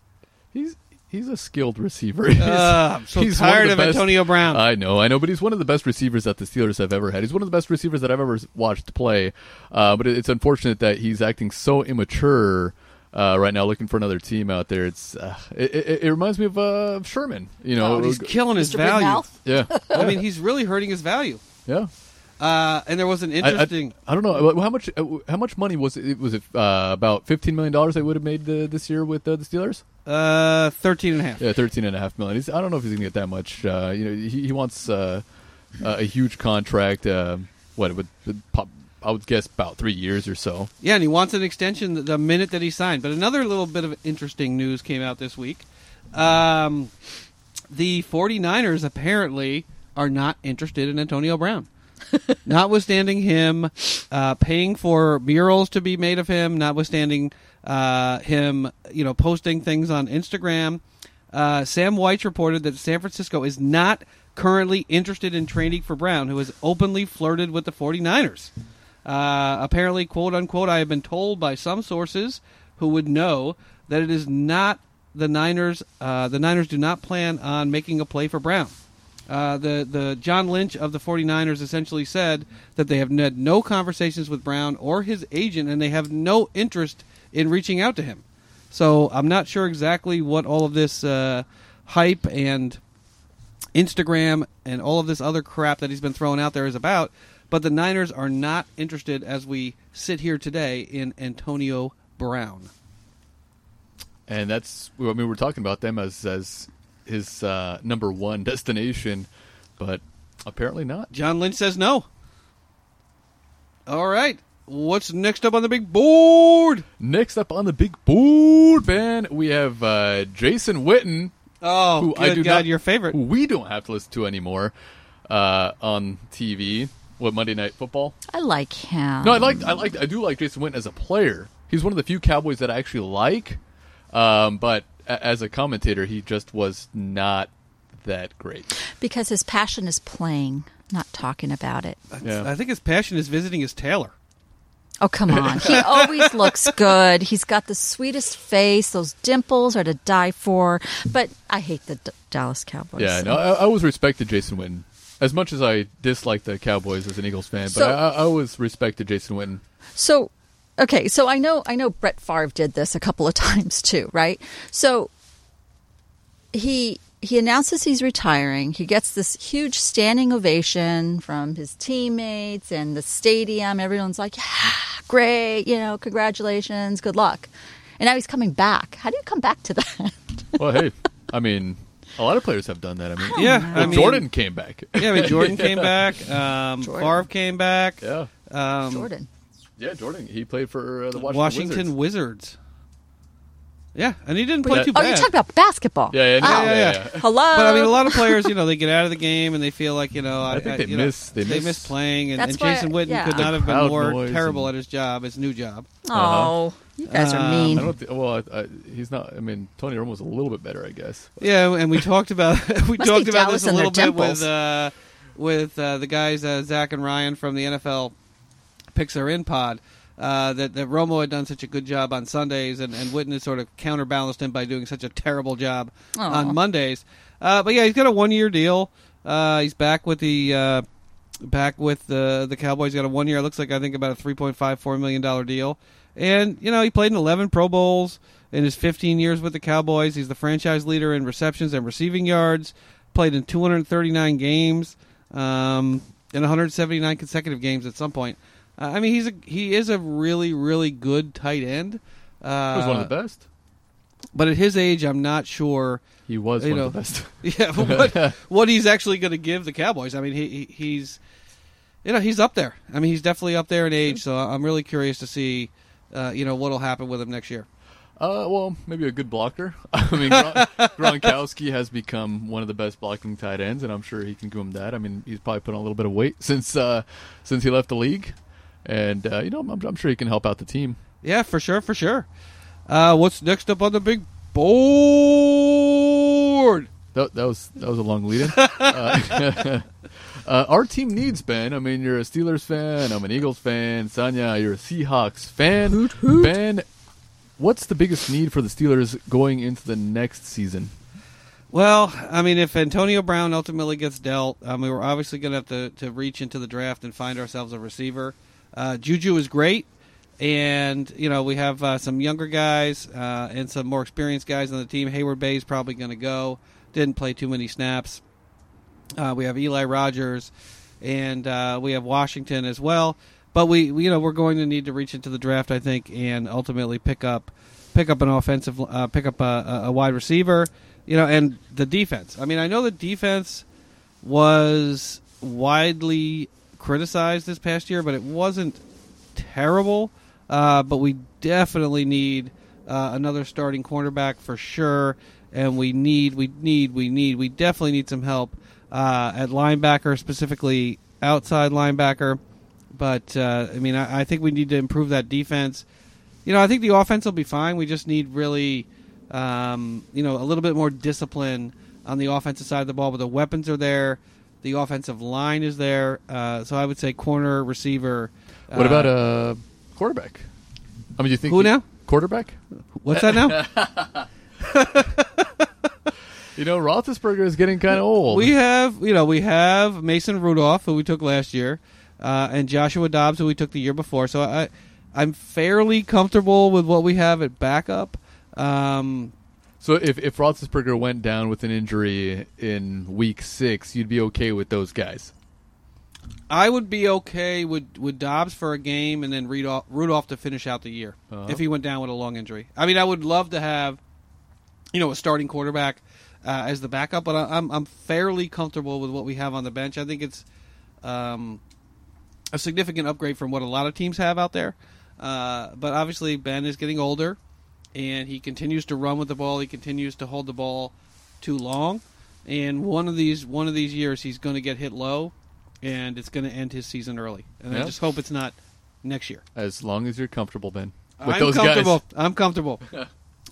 He's he's a skilled receiver. He's, [laughs] Ah, I'm so he's one tired the of Antonio Brown. I know, I know, but he's one of the best receivers that the Steelers have ever had. He's one of the best receivers that I've ever s- watched play. Uh, but it- it's unfortunate that he's acting so immature. Uh, right now, looking for another team out there. It's uh, it, it, it reminds me of uh, Sherman. You know, Oh, he's killing his Mr. Big value. Mouth? [laughs] yeah, I mean, he's really hurting his value. yeah. Uh, and there was [laughs] an I- I- interesting. I, don't know how much uh, how much money was it? Was it uh, about fifteen million dollars they would have made uh, this year with uh, the Steelers? Uh, 13 and a half. Yeah, thirteen and a half million. He's, I don't know if he's going to get that much. Uh, you know, he, he wants uh, uh, a huge contract. Uh, what it would, would pop, I would guess about three years or so. Yeah, and he wants an extension the- the minute that he signed. But another little bit of interesting news came out this week. Um, the 49ers apparently are not interested in Antonio Brown. [laughs] notwithstanding him uh, paying for murals to be made of him, notwithstanding uh, him, you know, posting things on Instagram, uh, Sam White reported that San Francisco is not currently interested in trading for Brown, who has openly flirted with the 49ers. Uh, apparently, quote unquote, I have been told by some sources who would know that it is not the Niners. Uh, the Niners do not plan on making a play for Brown. Uh, the the John Lynch of the 49ers essentially said that they have had no conversations with Brown or his agent, and they have no interest in reaching out to him. So I'm not sure exactly what all of this uh, hype and Instagram and all of this other crap that he's been throwing out there is about. But the Niners are not interested, as we sit here today, in Antonio Brown. and that's I mean we're talking about them as as his uh, number one [laughs] destination, but apparently not. John Lynch says no. All right. What's next up on the big board? Next up on the big board, man, we have uh, Jason Witten, Oh, who good I do God, not, your favorite. who we don't have to listen to anymore uh, on TV. What Monday Night Football? I like him. No, I like Um. I like I do like Jason Witten as a player. He's one of the few Cowboys that I actually like, um, but a- as a commentator, he just was not that great. because his passion is playing, not talking about it. Yeah. I think his passion is visiting his tailor. [laughs] Oh, come on. He always looks good. He's got the sweetest face. Those dimples are to die for. But I hate the D- Dallas Cowboys. Yeah, no, I, I always respected Jason Witten. As much as I dislike the Cowboys as an Eagles fan, but So- I, I I always respected Jason Witten. So, okay, so I know I know Brett Favre did this a couple of [laughs] times too, right? So he he announces he's retiring. He gets this huge standing ovation from his teammates and the stadium. Everyone's like, "Yeah, great, you know, congratulations, good luck." And now he's coming back. How do you come back to that? [laughs] Well, hey, I mean, a lot of players have done that. I mean, Yeah, know. I well, mean, Jordan came back. Yeah, I mean, [laughs] Jordan came back. Um, Jordan. Favre came back. yeah, Um, Jordan. yeah, Jordan. He played for uh, the Washington Washington, Wizards. Wizards. Yeah, and he didn't play But- too Oh, bad. you're talking about uh, basketball. Yeah, yeah, no, Ah, yeah, yeah, yeah. yeah. Hello. But I mean, a lot of players, you know, [laughs] they get out of the game and they feel like, you know, I, think I- they you know, miss- they miss- playing, and, That's and Jason why- Witten yeah. could The not have been crowd more noise terrible and- at his job, his new job. Oh, you guys are Um, mean. I don't. Th- well, I, I, he's not. I mean, Tony Romo's a little bit better, I guess. Yeah, and we talked about [laughs] we Must talked be about Dallas this a and their little bit dimples. with uh, with uh, the guys uh, Zach and Ryan from the NFL Picks Are In Pod. Uh, that, that Romo had done such a good job on Sundays, and, and Witten had sort of counterbalanced him by doing such a terrible job Aw. on Mondays. Uh, but yeah, he's got a one year deal. Uh, he's back with the uh, back with the the Cowboys. He's got a one year. It looks like I think about a three point five four million dollar deal. And you know he played in eleven Pro Bowls in his fifteen years with the Cowboys. He's the franchise leader in receptions and receiving yards. Played in two hundred thirty nine games um, in one hundred seventy nine consecutive games at some point. Uh, I mean he's a he is a really really good tight end. Uh, He was one of the best. But at his age, I'm not sure. He was you one know, of the best. [laughs] [laughs] Yeah, but what, what he's actually going to give the Cowboys? I mean, he, he he's you know he's up there. I mean, he's definitely up there in age. So I'm really curious to see uh, you know what'll happen with him next year. Uh, well, maybe a good blocker. [laughs] I [laughs] mean, Gron- Gronkowski has become one of the best blocking tight ends, and I'm sure he can give him that. I mean, he's probably put on a little bit of weight since uh, since he left the league, and uh, you know, I'm, I'm sure he can help out the team. Yeah, for sure, for sure. Uh, what's next up on the big board? That, that was that was a long [laughs] lead in. uh, [laughs] uh, our team needs Ben. I mean, you're a Steelers fan. I'm an Eagles fan. Sanya, you're a Seahawks fan. Ben, what's the biggest need for the Steelers going into the next season? Well, I mean, if Antonio Brown ultimately gets dealt, um, we were obviously going to have to to reach into the draft and find ourselves a receiver. Uh, Juju is great, and you know we have uh, some younger guys uh, and some more experienced guys on the team. Hayward Bay is probably going to go. Didn't play too many snaps. Uh, we have Eli Rogers, and uh, we have Washington as well. But we, we, you know, we're going to need to reach into the draft, I think, and ultimately pick up, pick up an offensive, uh, pick up a, a- a wide receiver, you know, and the defense. I mean, I know the defense was widely criticized this past year, but it wasn't terrible. Uh, but we definitely need uh, another starting cornerback for sure, and we need, we need, we need, we definitely need some help uh, at linebacker, specifically outside linebacker. But uh, I mean, I, I think we need to improve that defense. You know, I think the offense will be fine. We just need really, um, you know, a little bit more discipline on the offensive side of the ball. But the weapons are there. The offensive line is there. Uh, so I would say corner, receiver. What about a quarterback? I mean, do you think Uh, Who he- now? Quarterback. what's that now? You know, Roethlisberger is getting kind of old. We have, you know, we have Mason Rudolph, who we took last year, uh, and Joshua Dobbs, who we took the year before. So I, I'm fairly comfortable with what we have at backup. Um, So if if Roethlisberger went down with an injury in week six, you'd be okay with those guys. I would be okay with, with Dobbs for a game and then Rudolph, Rudolph to finish out the year Uh-huh. if he went down with a long injury. I mean, I would love to have, you know, a starting quarterback uh, as the backup, but I, I'm I'm fairly comfortable with what we have on the bench. I think it's um, a significant upgrade from what a lot of teams have out there. Uh, but obviously, Ben is getting older, and he continues to run with the ball. He continues to hold the ball too long, and one of these one of these years, he's going to get hit low, and it's going to end his season early. And Yeah. I just hope it's not next year. As long as you're comfortable, Ben. With I'm those comfortable. guys. I'm [laughs] comfortable.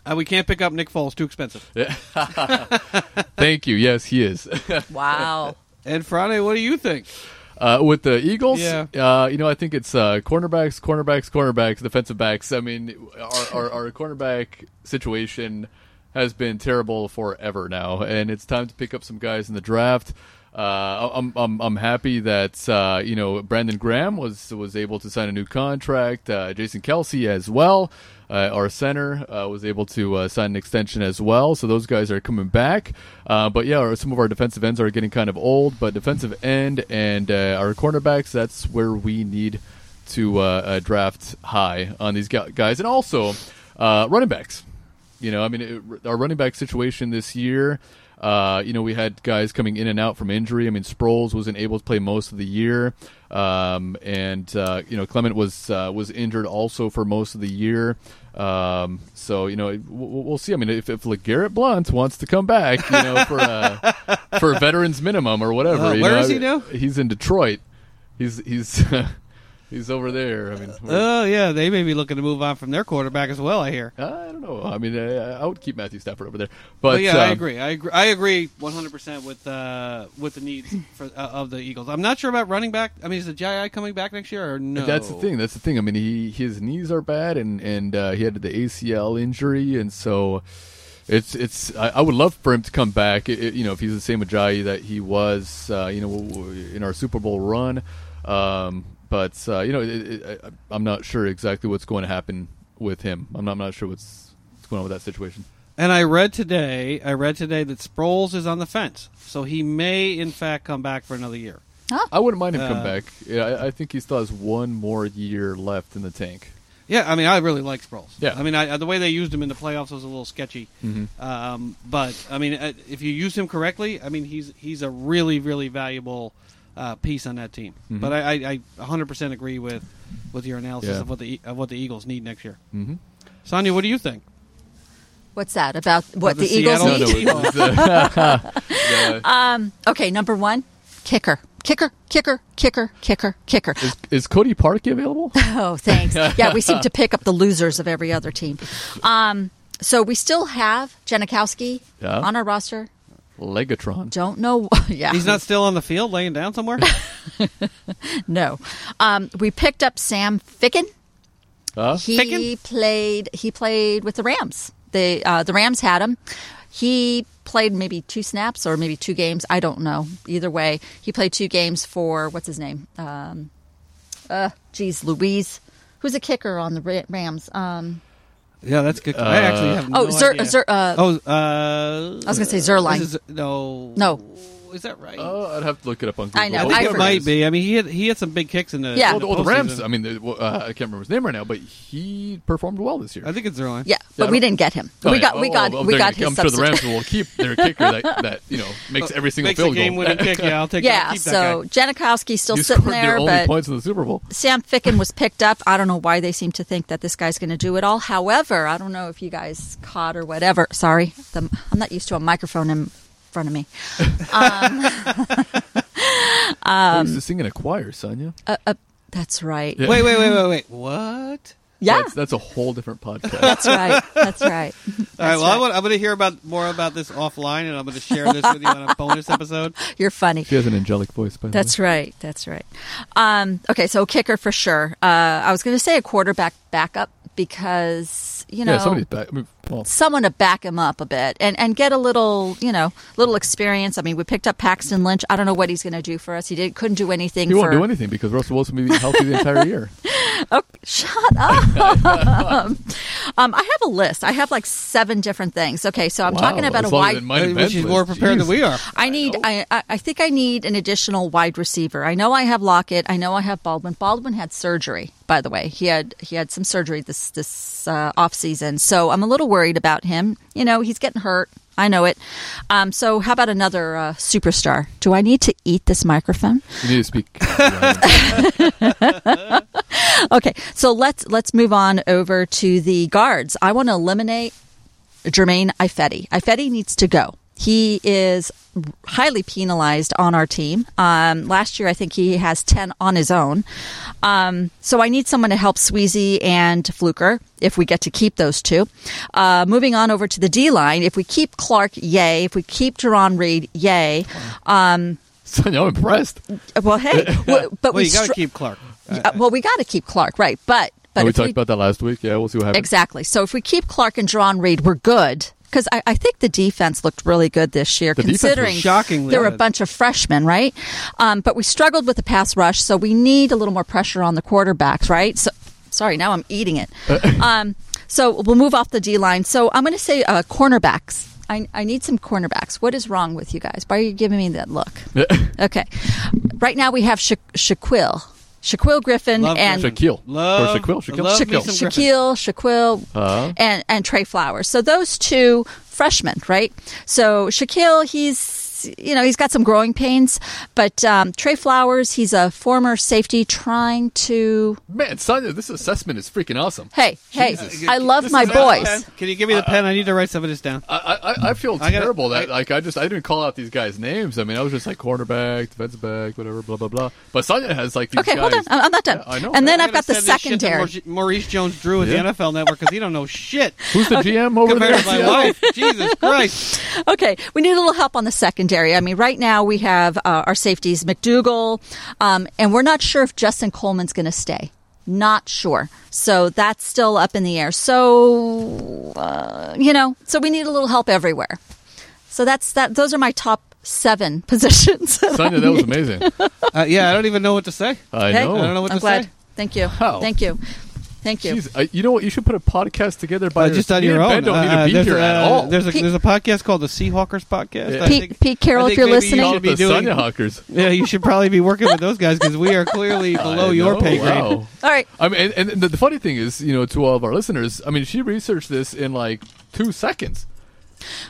Uh, we can't pick up Nick Foles; too expensive. Thank you. Yes, he is. [laughs] [laughs] Wow. And Friday, what do you think? Uh, with the Eagles, Yeah. uh, you know, I think it's uh, cornerbacks, cornerbacks, cornerbacks, defensive backs. I mean, our, our, our cornerback situation has been terrible forever now, and it's time to pick up some guys in the draft. Uh, I'm, I'm I'm happy that uh, you know Brandon Graham was was able to sign a new contract. Uh, Jason Kelsey as well, uh, our center uh, was able to uh, sign an extension as well. So those guys are coming back. Uh, but yeah, our, some of our defensive ends are getting kind of old. But defensive end and uh, our cornerbacks, that's where we need to uh, uh, draft high on these gu- guys, and also uh, running backs. You know, I mean, it, our running back situation this year. Uh, you know, we had guys coming in and out from injury. I mean, Sproles wasn't able to play most of the year, um, and uh, you know, Clement was uh, was injured also for most of the year. Um, so you know, it- we'll, we'll see. I mean, if, if Legarrette Blunt wants to come back, you know, [laughs] for uh, for veterans minimum or whatever, Uh, you where know, is I he mean, now? He's in Detroit. He's he's [laughs] he's over there. I mean, we're- Oh yeah, they may be looking to move on from their quarterback as well. I hear. I don't know. I mean, I, I would keep Matthew Stafford over there, But, but Oh, yeah, I um, agree. I agree. I agree 100% with uh, with the needs for, uh, of the Eagles. I'm not sure about running back. I mean, is the JI coming back next year or no? That's the thing. That's the thing. I mean, he his knees are bad, and and uh, he had the ACL injury, and so it's it's. I, I would love for him to come back. i i- you know, if he's the same Ajayi that he was, uh, you know, w- w- in our Super Bowl run. Um, but uh, you know, it, it, I, I'm not sure exactly what's going to happen with him. I'm not, I'm not sure what's what's going on with that situation. And I read today. I read today that Sproles is on the fence, so he may in fact come back for another year. I wouldn't mind him come Uh, back. Yeah, I, I think he still has one more year left in the tank. Yeah, I mean, I really like Sproles. Yeah. Mm-hmm. I mean, I, the way they used him in the playoffs was a little sketchy. Um, but I mean, uh, if you use him correctly, I mean, he's he's a really really valuable uh, piece on that team. Mm-hmm. But I, I, I 100% agree with with your analysis Yeah. of what the E- of what the Eagles need next year. Mhm. Sonia, what do you think? What's that about what the the, Eagles Seattle- No, need? no, it's, uh, yeah. Okay, number one, kicker, kicker, kicker, kicker, kicker, kicker. Is, is Cody Parkey available? [laughs] Oh, thanks. Yeah, we seem to pick up the losers of every other team. Um, so we still have Janikowski Yeah. on our roster. Legatron. Don't know. [laughs] uh, Yeah, He's not still on the field, laying down [laughs] somewhere. No, um, we picked up Sam Ficken. Huh? He Ficken? played. He played with the Rams. The uh, the Rams had him. He played maybe two snaps or maybe two games. I don't know. Either way, he played two games for what's his name? Um, uh, geez, Louise, who's a kicker on the Ra- Rams. Um, yeah, that's good. Uh, I actually have no oh, Zer, idea. Zer, uh, oh, uh, I was gonna say Zerline. This is- no, No. is that right? Oh, I'd have to look it up on Google. I know, I Well, think I it forgot. might be. I mean, he had he had some big kicks in the Yeah. in Well, the, well, the Rams. postseason. I mean, the, well, uh, I can't remember his name right now, but he performed well this year. I think it's Zerline. I yeah, but we don't- didn't get him. Oh, we yeah. got we Oh, got well, we they're got gonna- his I'm sure the substitute. Rams will keep their kicker that, [laughs] that you know makes every Uh, single Makes a field goal. [laughs] game-winning kick. Yeah, I'll take. I'll Yeah, keep so that Janikowski's still He sitting scored there, their only but points in the Super Bowl. Sam Ficken was picked up. I don't know why they seem to think that this guy's going to do it all. However, I don't know if you guys caught or whatever. Sorry, the, I'm not used to a microphone in front of me. Um, He's just singing a choir, Sonia. Uh, uh, that's right. guy. Yeah. Wait, wait, wait, wait, wait. What? Yeah, that's, that's a whole different podcast. that's right. That's right. [laughs] All right. That's Well, I right. want, I'm going to hear about more about this offline, and I'm going to share this with you on [laughs] a bonus episode. You're funny. she has an angelic voice, by the That's right. That's right. Um, okay, so kicker for sure. Uh, I was going to say a quarterback backup because you way. know yeah, somebody's back. I mean, well, someone to back him up a bit and, and get a little you know little experience. I mean, we picked up Paxton Lynch. I don't know what he's going to do for us. He did couldn't do anything. he for, won't do anything because Russell Wilson will be healthy the entire year. Oh, Shut up. [laughs] um, I have a list. I have like seven different things. Okay, so [laughs] I'm Wow, talking about a that's longer wide. than my Maybe event she's list. more prepared than Jeez. we are. I need. I, I I think I need an additional wide receiver. I know I have Lockett. I know I have Baldwin. Baldwin had surgery, by the way. He had he had some surgery this this uh, off season, so I'm a little worried about him. You know, he's getting hurt. I know it. Um, so how about another uh, superstar? Do I need to eat this microphone? You need to speak. [laughs] Ryan. Okay, so let's let's move on over to the guards. I want to eliminate Jermaine Ifedi. Ifedi needs to go. He is highly penalized on our team. Um, last year, I think he has ten on his own. Um, so I need someone to help Sweezy and Fluker if we get to keep those two. Uh, moving on over to the D line, if we keep Clark, yay. If we keep Jerron Reed, yay. Um, Sonia, I'm impressed. [laughs] well, hey, w- Well, but we you got to str- Mm, keep uh, Clark. yeah, well, we got to keep Clark, right? But but Oh, we if talked we- about that last week. Yeah, we'll see what happens. Exactly. So if we keep Clark and Jerron Reed, we're good. Because I, I think the defense looked really good this year, defense was considering shockingly there were a good. bunch of freshmen, right? Um, but we struggled with the pass rush, so we need a little more pressure on the quarterbacks, right? So, sorry, now I'm eating it. [laughs] um, so we'll move off the D line. So I'm going to say uh, cornerbacks. I, I need some cornerbacks. What is wrong with you guys? Why are you giving me that look? okay. Right now we have Sha- Shaquille, Shaquille Griffin, Love and Griffin. Shaquille. Love- or Shaquille. Shaquille. love me Shaquille. some Griffin. Shaquille, Shaquille, Uh-huh. and and Trey Flowers. So those two freshmen, right? So Shaquille, he's you know he's got some growing pains, but um, Trey Flowers, he's a former safety trying to. [laughs] Man, Sonia, this assessment is freaking awesome. Hey, Jesus. hey, I love This my is boys. Can you give Uh, me the pen? I need to write some of this down. I, I, I feel I gotta- terrible that I- like I just I didn't call out these guys' names. I mean I was just like cornerback, defensive back, whatever, blah blah blah. But Sonia has like these Okay, guys. hold on, Uh, I'm I'm not done. Yeah, I know. and then I I've got gotta send the this shit to secondary. Maurice- Maurice Jones Drew at Yeah. the NFL Network because he don't know shit Who's the GM over compared to there? my wife. Jesus Christ! Okay, we need a little help on the secondary. I mean, right now we have uh, our safeties McDougal, um, and we're not sure if Justin Coleman's going to stay. Not sure. So that's still up in the air. So uh, you know, so we need a little help everywhere. So that's that. Those are my top seven [laughs] positions. [laughs] Sonia, that was [laughs] amazing. Uh, yeah, I don't even know what to say. I Hey, know. I don't know what I'm to glad. say. Thank you. How? Thank you. Thank you. Jeez, I, you know what? You should put a podcast together by Uh, just yourself. on You your and own. Ben don't Uh, need to be there's here a, at all. There's a Pete- there's a podcast called the Seahawkers Podcast. Yeah. I Pete- think- Pete Carroll, I if think you're maybe you listening- Call should it be the doing- Sonia Hawkers. yeah, you should probably be working with those guys because we are clearly below [laughs] I your know, pay grade. [laughs] wow. All right. I mean, and, and the, the funny thing is, you know, to all of our listeners, I mean, she researched this in like two seconds.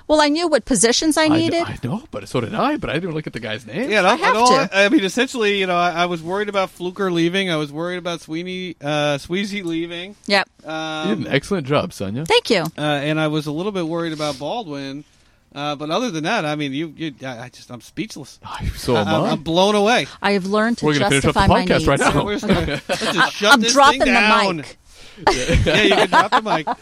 Well, I knew what positions I kn- needed. I, know, but so did I. But I didn't look at the guy's name. Yeah, and all- have and all- to. I mean, essentially, you know, I, I was worried about Fluker leaving. I was worried about Sweeney, uh, Sweezy leaving. yep. you did Um, an excellent job, Sonia. Thank you. uh, and I was a little bit worried about Baldwin. Uh, but other than that, I mean, you, you I, I just, I'm speechless. I- so am I, am I. I'm blown away. I have learned to We're gonna finish up the justify my podcast needs. [laughs] right now. We're just gonna- let's just shut I'm this dropping thing the down. mic. [laughs] yeah, you can drop the mic. Uh,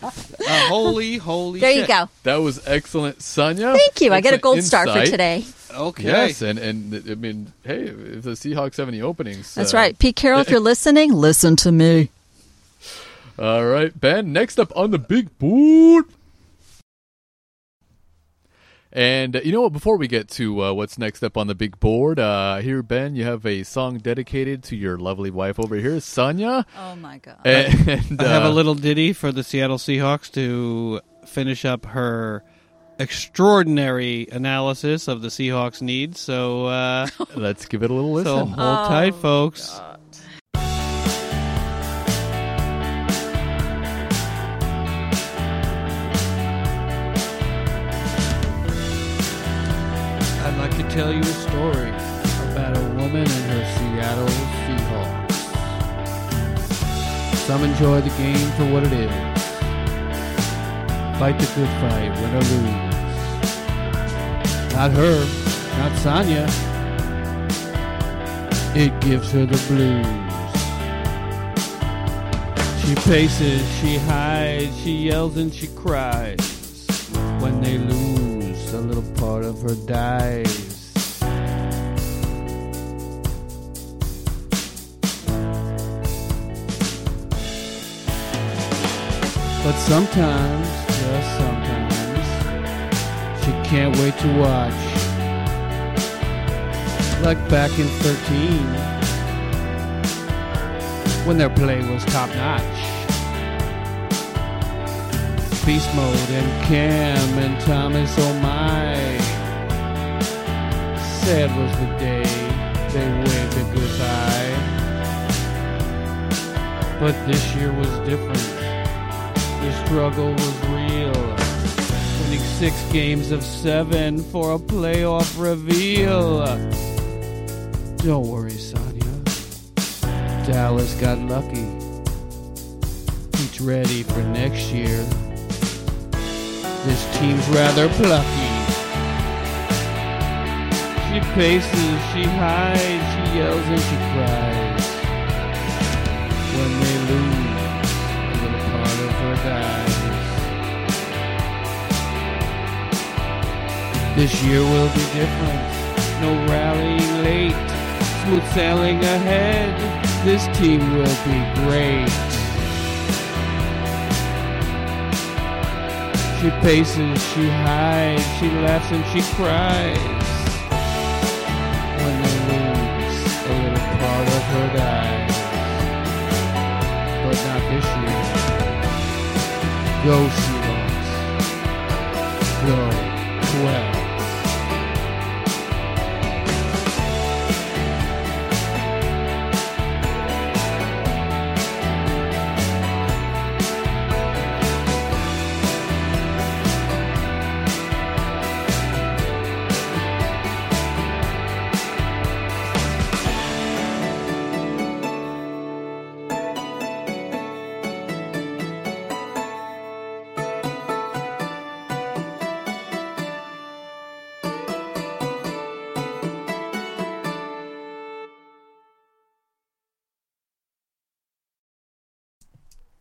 holy, holy. There you shit. go. That was excellent, Sonia. Thank you. I get a Excellent gold star for insight. today. Okay. Yes, and and I mean, hey, if the Seahawks have any openings, That's uh, right. Pete [laughs] Carroll, if you're listening, listen to me. All right, Ben. Next up on the big board. And uh, you know what? Before we get to uh, what's next up on the big board, uh, here, Ben, you have a song dedicated to your lovely wife over here, Sonia. Oh my god. And I have uh, a little ditty for the Seattle Seahawks to finish up her extraordinary analysis of the Seahawks' needs. So, [laughs] uh, Let's give it a little so um, listen. hold Oh, tight, folks. I'd like to tell you a story about a woman and her Seattle Seahawks. Some enjoy the game for what it is. Fight the good fight, win or lose. Not her, not Sonya. It gives her the blues. She paces, she hides, she yells and she cries. When they lose, a little part of her dies. But sometimes, just sometimes, she can't wait to watch. Like back in 13, when their play was top notch. Beast Mode and Cam and Thomas Oh My. Sad was the day they waved goodbye. But this year was different. The struggle was real. Winning six games of seven for a playoff reveal. Don't worry, Sonia. Dallas got lucky. He's ready for next year. This team's rather plucky. She paces, she hides, she yells, and she cries. When they lose, a little part of her dies. This year will be different. No rallying late. Smooth sailing ahead. This team will be great. She paces, she hides, she laughs and she cries. When they lose, a little part of her dies but not this year. Go, Seahawks. Go, 12.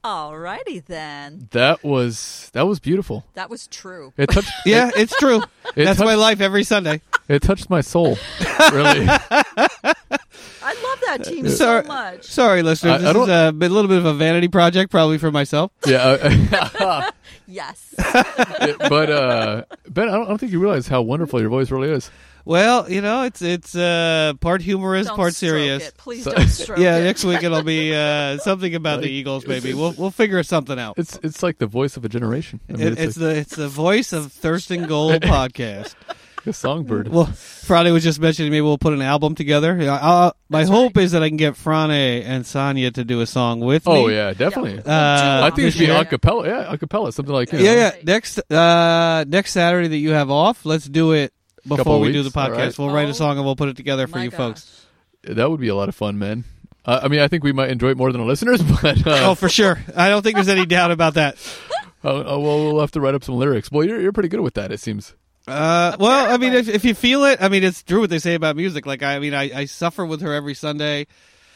Alrighty then. That was that was beautiful. That was true. It touched [laughs] Yeah, it's true. It That's touched- my life every Sunday. it touched my soul. [laughs] Really. I love Uh, that team so Sorry, much. sorry, listeners. I- I this don't- is a, bit- little bit of a vanity project, probably for myself. yeah. uh, [laughs] [laughs] Yes. but uh, Ben, I don't, I don't think you realize how wonderful your voice really is. Well, you know, it's it's uh, part humorous, Don't part stroke serious. it. Please don't [laughs] stroke Yeah, it. next week it'll [laughs] be uh, something about the Like, Eagles. it's- Maybe it's- we'll we'll figure something out. It's it's like the voice of a generation. I mean, It- it's, it's like the it's the voice of [laughs] Thurston Gold podcast. a songbird. Well, Frane was just mentioning maybe we'll put an album together. Yeah, I'll- my That's hope is that I can get Frane and Sonia to do a song with me. oh yeah, definitely. Yeah. Uh, I think it should be Yeah. a cappella. Yeah, a cappella, something like you Yeah, know. yeah. Next uh, next Saturday that you have off, let's do it before Couple we do the weeks, podcast. all right. We'll write Oh, a song and we'll put it together for My you gosh. folks. That would be a lot of fun, man. Uh, I mean, I think we might enjoy it more than our listeners, [laughs] but Oh, [laughs] uh, for sure. I don't think there's any doubt about that. oh. well, we'll have to write up some lyrics. Well, you're you're pretty good with that, it seems. [laughs] Uh, well, I mean, if, if you feel it, I mean, it's true what they say about music. Like, I, I mean, I, I suffer with her every Sunday.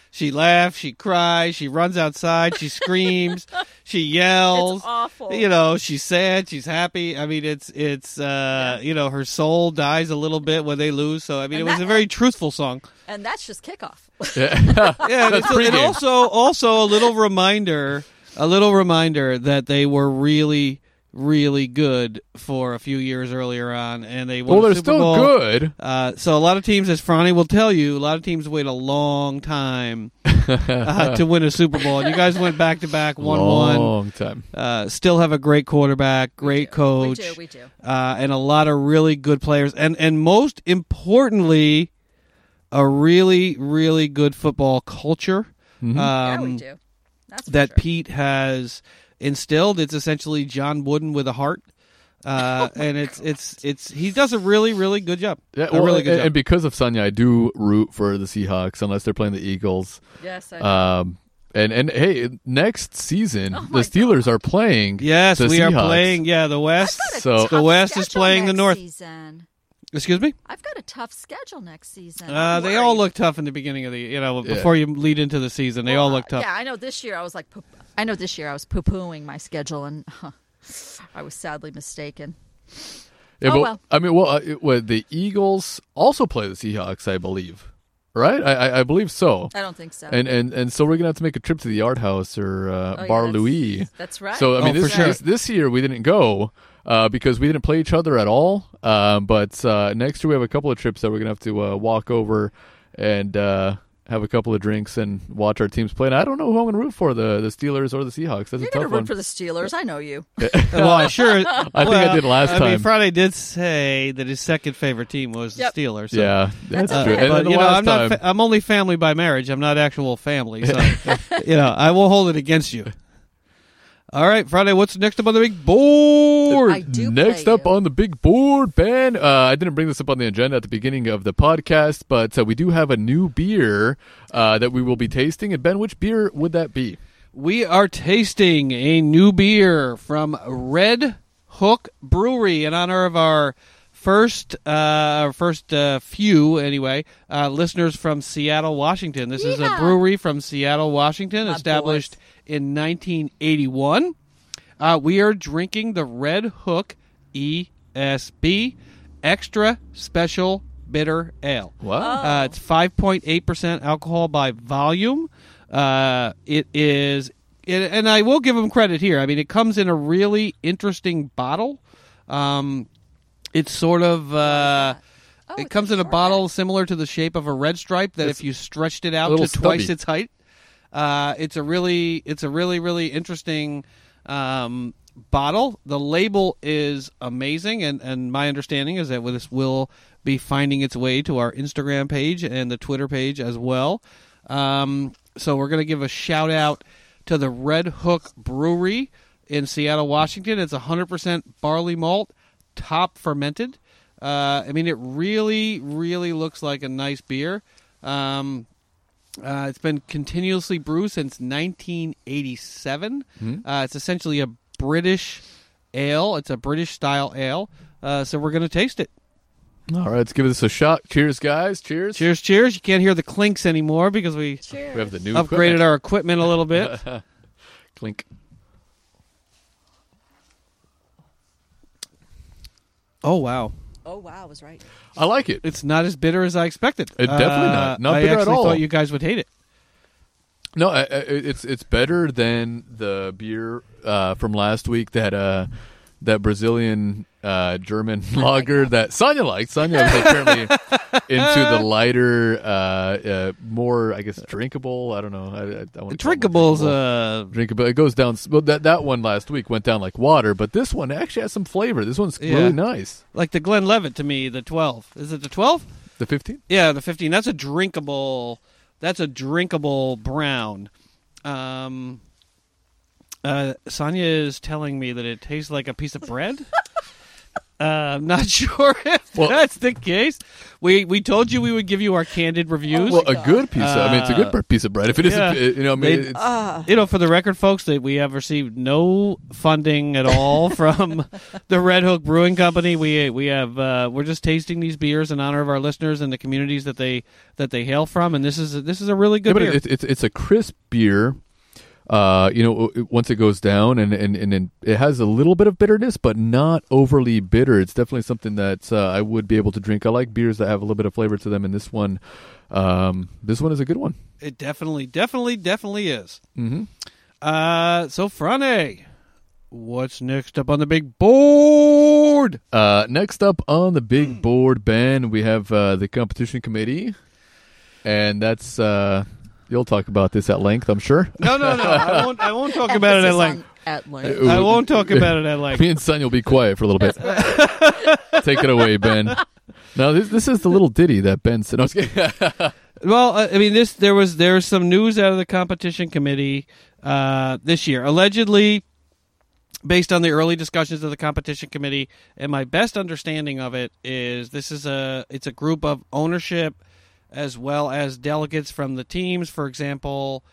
She laughs, she cries, she runs outside, she [laughs] screams, she yells. It's awful. You know, she's sad, she's happy. I mean, it's it's uh, you know, her soul dies a little bit when they lose. So I mean, And it was that- a very truthful song. and that's just kickoff. [laughs] Yeah. Yeah, and, That's it's, and pregame. also also a little reminder, a little reminder that they were really really good for a few years earlier on, and they won well, the they're Super still Bowl. good. Uh, so a lot of teams, as Franny will tell you, a lot of teams wait a long [laughs] time uh, to win a Super Bowl. And you guys went back to back, one one. Long time. Uh, still have a great quarterback, great We coach, do, we do. uh, and a lot of really good players. And and most importantly, a really really good football culture. Mm-hmm. Um, yeah, we do. That's for that sure. Pete has instilled. It's essentially John Wooden with a heart. [laughs] Uh, Oh and it's it's it's he does a really really good job. Yeah, A well, really good and, job. and because of Sonya, I do root for the Seahawks unless they're playing the Eagles. Yes, I Um, and and hey, next season the my Steelers are playing. Yes, the we are Seahawks. playing. Yeah, the West. So Tough West is schedule playing the next North. Season. Excuse me. I've got a tough schedule next season. Uh, I'm they all worried. look tough in the beginning of the you know Yeah. before you lead into the season. They all look tough. Uh, Yeah, I know. This year I was like, poo- I know. This year I was poo pooing my schedule, and huh, I was sadly mistaken. Yeah, Oh, but- well. I mean, well, uh, it- well, the Eagles also play the Seahawks, I believe. Right? I, I, I believe so. I don't think so. And and and so we're gonna have to make a trip to the Yard House or uh, Oh, yeah, Bar that's- Louis. That's right. So I mean, Oh, this, for sure. this this year we didn't go uh, because we didn't play each other at all. Um, but uh, next year we have a couple of trips that we're gonna have to uh, walk over and uh, have a couple of drinks and watch our teams play. And I don't know who I'm going to root for the the Steelers or the Seahawks. That's You're a going to tough root one. for the Steelers. I know you. [laughs] well, I sure. I I think I did last I mean, time. Friday did say that his second favorite team was Yep. the Steelers. so- yeah, that's That's true. okay. And but then the Uh, you know, last I'm not. time- Fa- I'm only family by marriage. I'm not actual family, [laughs] so you know, I won't hold it against you. All right, Friday. What's next up on the big board? I do Next play up you. on the big board, Ben. Uh, I didn't bring this up on the agenda at the beginning of the podcast, but uh, we do have a new beer uh, that we will be tasting. And Ben, which beer would that be? We are tasting a new beer from Red Hook Brewery in honor of our first, uh, our first uh, few anyway, uh, listeners from Seattle, Washington. This is a Yeehaw. brewery from Seattle, Washington, My established in 1981. Uh, we are drinking the Red Hook ESB Extra Special Bitter Ale. Wow. Uh, it's 5.8% alcohol by volume. Uh, it is, it, and I will give them credit here. I mean, it comes in a really interesting bottle. Um, it's sort of. Uh, Oh, it it's comes a in a short bottle similar to the shape of a red stripe. That if you stretched it out little to twice stubby. its height, uh, it's a really, it's a really, really interesting um, bottle. The label is amazing, and and my understanding is that this will be finding its way to our Instagram page and the Twitter page as well. Um, so we're gonna give a shout out to the Red Hook Brewery in Seattle, Washington. It's 100% barley malt, top fermented. Uh, I mean, it really, really looks like a nice beer. Um, uh, it's been continuously brewed since 1987. Hmm? Uh, it's essentially a British ale. It's a British style ale. Uh, so we're going to taste it. Uh, All right, let's give this a shot. Cheers, guys. Cheers. Cheers, cheers. You can't hear the clinks anymore because we We have the new upgraded equipment. our equipment a little [laughs] bit. clink. oh, wow. Oh, wow. I was right. I like it. It's not as bitter as I expected. Uh, It definitely not. Not I bitter at actually all. thought you guys would hate it. No, I, I, it's it's better than the beer uh, from last week that uh, that Brazilian uh, German [laughs] lager that Sonia liked. Sonia [laughs] was apparently into the lighter, uh, uh, more I guess drinkable. I don't know. I, I, I wouldn't call it more Drinkable's drinkable. uh, drinkable. It goes down. Well, that that one last week went down like water, but this one actually has some flavor. This one's Yeah. really nice. like the Glenn Levitt to me, the 12. Is it the 12? The fifteen. Yeah, the 15. That's a drinkable. That's a drinkable brown. Um, uh, Sonia is telling me that it tastes like a piece of bread. [laughs] uh, I'm not [laughs] sure if Well- that's the case. We we told you we would give you our candid reviews. Well, a good piece. of, I mean, it's a Uh, good br- piece of bread. If it isn't, yeah. you know, I They- mean, it's, you know, for the record, folks, that we have received no funding at [laughs] all from the Red Hook Brewing Company. We we have uh, we're just tasting these beers in honor of our listeners and the communities that they that they hail from, and this is this is a really good yeah, but beer. It's, it's it's a crisp beer. Uh, you know, it- once it goes down, and and and then it has a little bit of bitterness, but not overly bitter. It's definitely something that uh, I would be able to drink. I like beers that have a little bit of flavor to them, and this one, um, this one is a good one. It definitely, definitely, definitely is. Mm-hmm. Uh, so Frane, what's next up on the big board? Uh, next up on the Hmm. big board, Ben, we have uh, the competition committee, and that's uh, you'll talk about this at length, I'm sure. No, no, no. I won't. I won't [laughs] talk about it at Emphasis length. on At length. on- I won't talk about [laughs] it at length. Me and Sonia will be quiet for a little bit. Take it away, Ben. Now this this is the little ditty that Ben said. I was kidding. [laughs] Well, uh, I I mean, this there was there was some news out of the competition committee uh, this year. Allegedly, based on the early discussions of the competition committee and my best understanding of it is this is a it's a group of ownership as well as delegates from the teams for example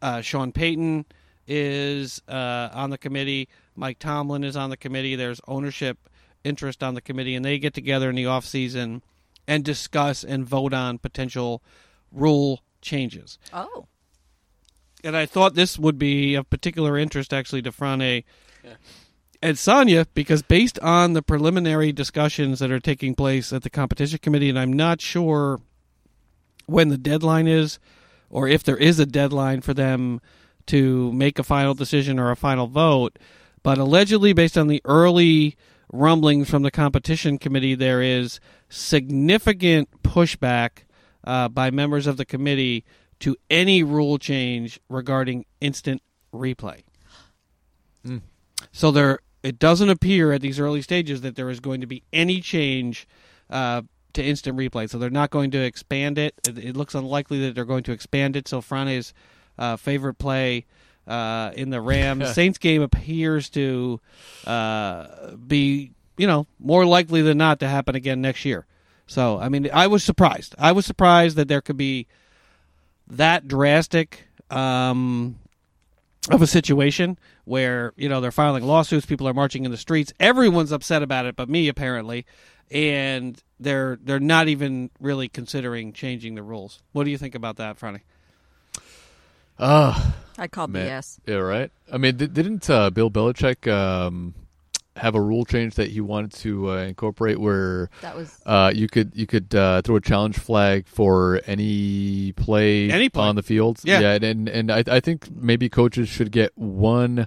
uh, sean payton is uh, on the committee mike tomlin is on the committee there's ownership interest on the committee and they get together in the off season and discuss and vote on potential rule changes Oh. and I thought this would be of particular interest actually to Frane and Sonia because based on the preliminary discussions that are taking place at the competition committee, and I'm not sure when the deadline is or if there is a deadline for them to make a final decision or a final vote, but allegedly based on the early rumblings from the competition committee, there is significant pushback uh, by members of the committee to any rule change regarding instant replay. So there, it doesn't appear at these early stages that there is going to be any change uh, to instant replay. So they're not going to expand it. It, it looks unlikely that they're going to expand it. So Frane's uh, favorite play uh, in the Rams Saints game appears to uh, be, you know, more likely than not to happen again next year. So I mean, I was surprised. I was surprised that there could be that drastic um, of a situation where you know they're filing lawsuits, people are marching in the streets, everyone's upset about it, but me apparently, and they're they're not even really considering changing the rules. What do you think about that, Franny? Ah, I call man. BS. Yeah, right. I mean, di- didn't uh, Bill Belichick um, have a rule change that he wanted to uh, incorporate where That was uh, you could you could uh, throw a challenge flag for any play, Any play. on the field. Yeah. and and, and I, I think maybe coaches should get one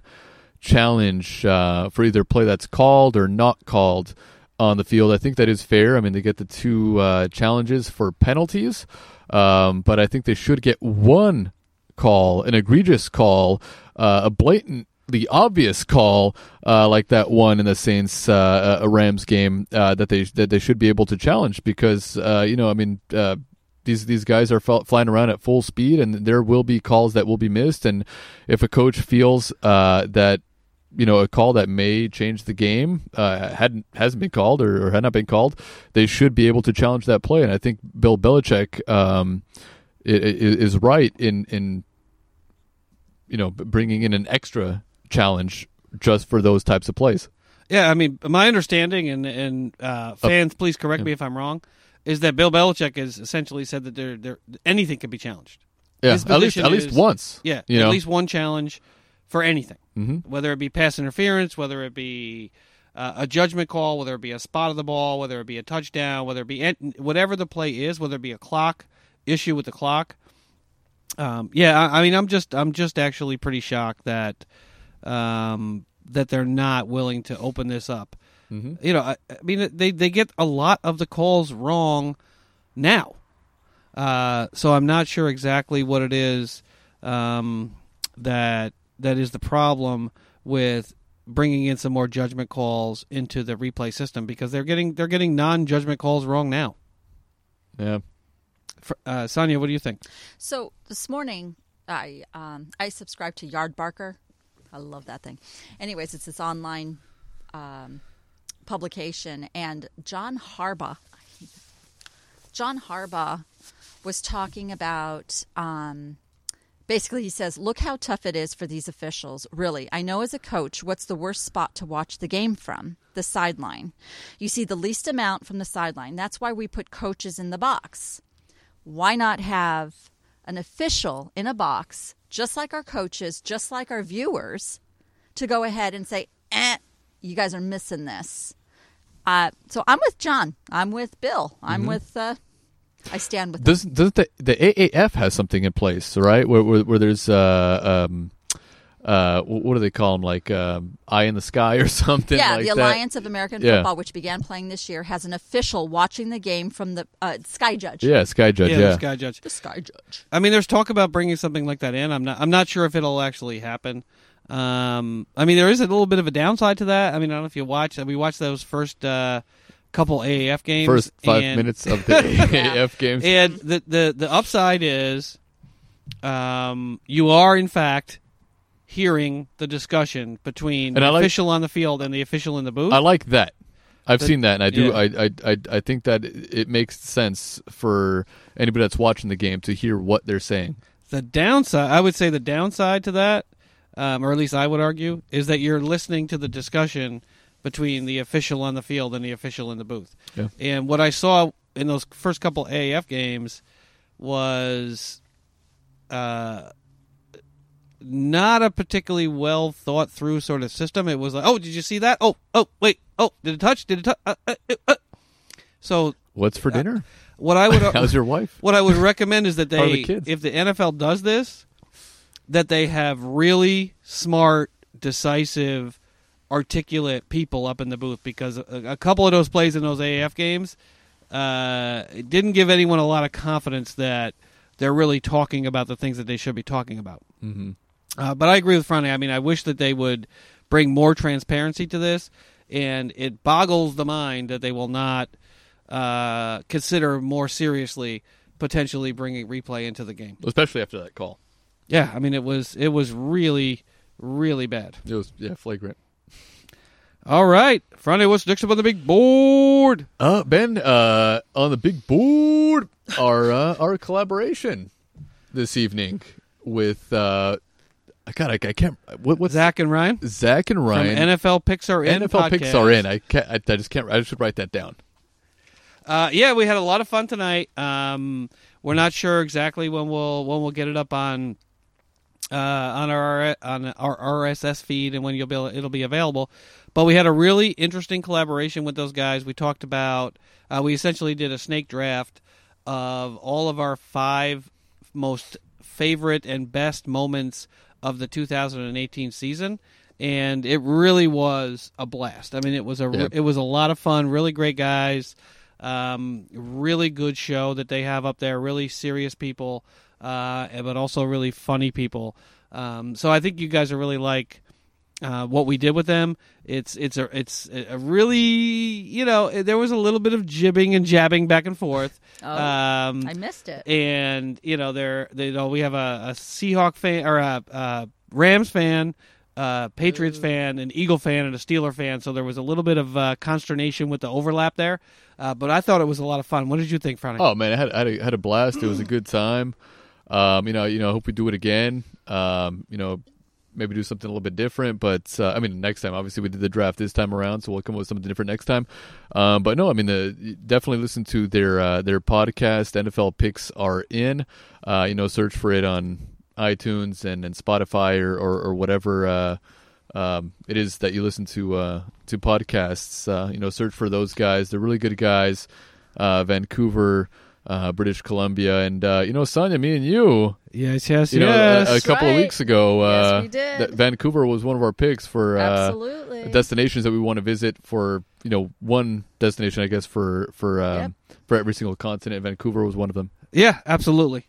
challenge uh, for either play that's called or not called on the field. I think that is fair. I mean, they get the two uh, challenges for penalties, um, but I think they should get one call, an egregious call, uh, a blatant. The obvious call, uh, like that one in the Saints uh, uh, Rams game, uh, that they that they should be able to challenge because uh, you know I mean uh, these these guys are fel- flying around at full speed, and there will be calls that will be missed. And if a coach feels uh, that you know a call that may change the game uh, hadn't hasn't been called or, or had not been called, they should be able to challenge that play. And I think Bill Belichick um, i- i- is right in in you know b- bringing in an extra challenge just for those types of plays. Yeah, I mean, my understanding, and and uh, fans, please correct me if I'm wrong, is that Bill Belichick has essentially said that there there anything can be challenged. Yeah, His at least position at least is- once. Yeah, you at know? least one challenge for anything, Mhm. whether it be pass interference, whether it be uh, a judgment call, whether it be a spot of the ball, whether it be a touchdown, whether it be an- whatever the play is, whether it be a clock issue with the clock. Um, yeah, I, I mean, I'm just I'm just actually pretty shocked that um, that they're not willing to open this up. Mm-hmm. You know, I, I mean, they they get a lot of the calls wrong now. Uh, so I'm not sure exactly what it is um, that that is the problem with bringing in some more judgment calls into the replay system because they're getting they're getting non-judgment calls wrong now. Yeah. Fr- Uh, Sonia, what do you think? so this morning. I um, I subscribe to Yard Barker. I love that thing. Anyways, it's this online um, publication, and John Harbaugh. John Harbaugh was talking about. Um, basically, he says, "Look how tough it is for these officials. Really, I know as a coach, what's the worst spot to watch the game from? The sideline. You see the least amount from the sideline. That's why we put coaches in the box. Why not have an official in a box, just like our coaches, just like our viewers, to go ahead and say, eh, you guys are missing this. Uh, so I'm with John. I'm with Bill. I'm with. Uh, I stand with. doesn't doesn't the, the AAF has something in place, right? Where where, where there's uh, um, uh, wh- what do they call them? Like um, eye in the sky or [laughs] something? yeah, like the that? Alliance of American Yeah. Football, which began playing this year, has an official watching the game from the uh, sky judge. Yeah, Sky Judge. Yeah, the Sky Judge. The sky judge. I mean, there's talk about bringing something like that in. I'm not. I'm not sure if it'll actually happen. Um, I mean, there is a little bit of a downside to that. I mean, I don't know if you watch. We watched those first uh, couple AAF games. First five and- minutes [laughs] of the AAF games. And the the the upside is, um, you are in fact hearing the discussion between And I the like- official on the field and the official in the booth. I like that. I've seen that, and I do. yeah. I, I I I think that it makes sense for anybody that's watching the game to hear what they're saying. the downside, I would say, the downside to that, um, or at least I would argue, is that you're listening to the discussion between the official on the field and the official in the booth. Yeah. And what I saw in those first couple AAF games was uh, not a particularly well thought through sort of system. It was like, oh, did you see that? Oh, oh, wait, oh, did it touch? Did it touch? Uh, uh, uh, uh. So What's [laughs] for dinner? what I would uh, How's your wife? what I would recommend is that Or they, the kids. if the NFL does this, that they have really smart, decisive, articulate people up in the booth because a, a couple of those plays in those AAF games, uh, it didn't give anyone a lot of confidence that they're really talking about the things that they should be talking about. Mhm. Uh, but I agree with Franny. I mean, I wish that they would bring more transparency to this, and it boggles the mind that they will not uh, consider more seriously potentially bringing replay into the game. especially after that call. Yeah, I mean, it was it was really really bad. It was yeah flagrant. All right, Friday, what's next up on the big board? Uh, ben, uh, on the big board, our uh, our collaboration this evening with uh, I got I, I can't what what's Zach and Ryan Zach and from Ryan NFL Picks Are In. NFL picks podcast. are in. I can't. I, I just can't. I should write that down. Uh, yeah, we had a lot of fun tonight. Um, we're not sure exactly when we'll when we'll get it up on uh, on our on our RSS feed and when you'll be able, it'll be available. But we had a really interesting collaboration with those guys. We talked about uh, we essentially did a snake draft of all of our five most favorite and best moments of the 2018 season, and it really was a blast. I mean, it was a Yeah. it was a lot of fun. Really great guys. Um, really good show that they have up there. Really serious people, uh, but also really funny people. Um, so I think you guys are really like uh, what we did with them. It's it's a it's a really you know there was a little bit of jibbing and jabbing back and forth. Oh, um, I missed it. and you know they're they you know we have a, a Seahawk fan or a, a Rams fan, a Patriots fan, an Eagle fan, and a Steeler fan. So there was a little bit of uh, consternation with the overlap there, uh, but I thought it was a lot of fun. What did you think, Franny? Oh man, I had I had a, had a blast. It was a good time. Um, you know, you know, I hope we do it again. Um, you know, maybe do something a little bit different. But uh, I mean, next time, obviously, we did the draft this time around, so we'll come up with something different next time. Um, but no, I mean, the, definitely listen to their uh, their podcast. NFL picks are in. Uh, you know, search for it on iTunes and, and Spotify or or, or whatever. Uh, um, it is that you listen to uh, to podcasts. Uh, you know, search for those guys. They're really good guys. Uh, Vancouver, uh, British Columbia, and uh, you know, Sonia, me and you, yes, yes, you yes. know, a, a couple of Right. weeks ago, uh, Yes, we did. that Vancouver was one of our picks for uh, Absolutely. destinations that we want to visit. For you know, one destination, I guess, for for um, for every single continent. Vancouver was one of them. Yeah, absolutely,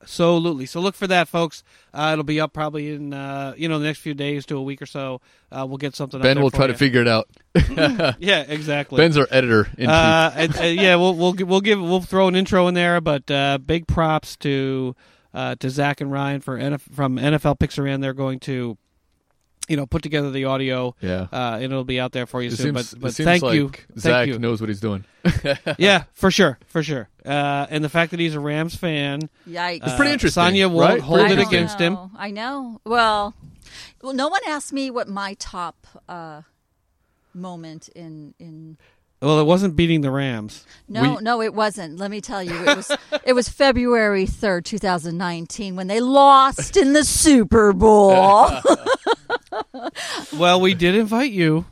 absolutely. So look for that, folks. Uh, it'll be up probably in uh, you know the next few days to a week or so. Uh, we'll get something. up ben there will for try you. to figure it out. [laughs] Yeah, exactly. Ben's our editor. In chief. uh, and- and, yeah, we'll we'll gi- we'll give we'll throw an intro in there, but uh, big props to uh, to Zach and Ryan for NF- from NFL Pixaran. They're going to, you know, put together the audio, yeah. uh, and it'll be out there for you It soon. seems, but it but seems thank like you, Zach thank you. knows what he's doing. yeah, for sure, for sure. Uh, and the fact that he's a Rams fan, Yikes. uh, pretty interesting, Sonya won't right? hold I it don't against him. know. I know. Well, well, no one asked me what my top uh, moment in in. Well, it wasn't beating the Rams. No, We- no, it wasn't. Let me tell you, it was [laughs] it was February third, two thousand nineteen, when they lost in the [laughs] Super Bowl. Well, we did invite you.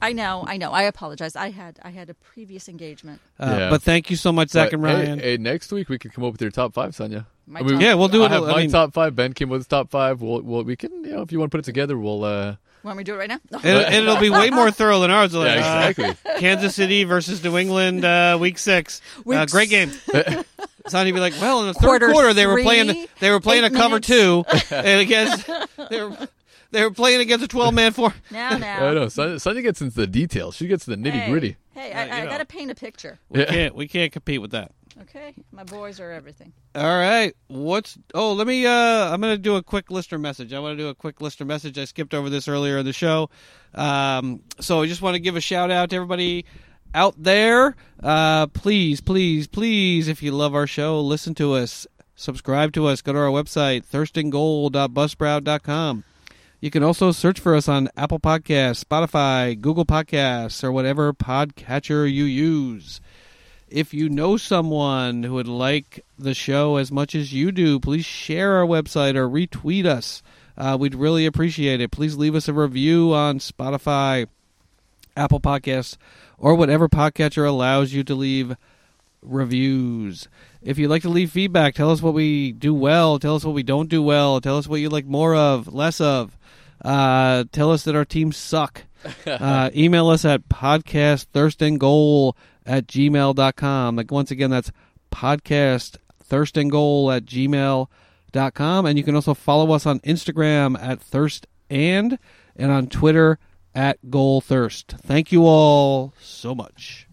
I know, I know. I apologize. I had I had a previous engagement. Uh, Yeah. But thank you so much, Zach and But, hey- Ryan. Hey, next week we could come up with your top five, Sonia. My I mean, top yeah, we'll do I it. have I my mean, top five. Ben came with his top five. We'll, we'll, we can, you know, if you want to put it together, we'll. Uh, Want me to do it right now? it, it'll be way more thorough than ours. Like, yeah, uh, exactly. Kansas City versus New England, uh, week six. Uh, Week great game. [laughs] Sonya be like, well, in the third quarter, Quarter they were three, playing they were playing a eight cover [laughs] minutes. two and against they were they were playing against a twelve man four. [laughs] Now, [laughs] now. I know. Sonia, Sonia gets into the details. She gets into the nitty Hey, gritty. Hey, Uh, you I, I know. got to paint a picture. We Yeah. can't we can't compete with that. Okay, my boys are everything. All right. What's oh let me uh I'm gonna do a quick listener message. I wanna do a quick listener message. I skipped over this earlier in the show. Um so I just wanna give a shout out to everybody out there. Uh please, please, please, if you love our show, listen to us. Subscribe to us, go to our website, thirstinggold.buzzsprout.com. You can also search for us on Apple Podcasts, Spotify, Google Podcasts, or whatever podcatcher you use. If you know someone who would like the show as much as you do, please share our website or retweet us. Uh, we'd really appreciate it. Please leave us a review on Spotify, Apple Podcasts, or whatever podcatcher allows you to leave reviews. If you'd like to leave feedback, tell us what we do well, tell us what we don't do well, tell us what you like more of, less of. Uh, tell us that our teams suck. uh, email us at podcastthirstinggoal at gmail.com. Like, once again, that's podcast thirst and goal at gmail.com. And you can also follow us on Instagram at thirst and and on Twitter at goal thirst. Thank you all so much.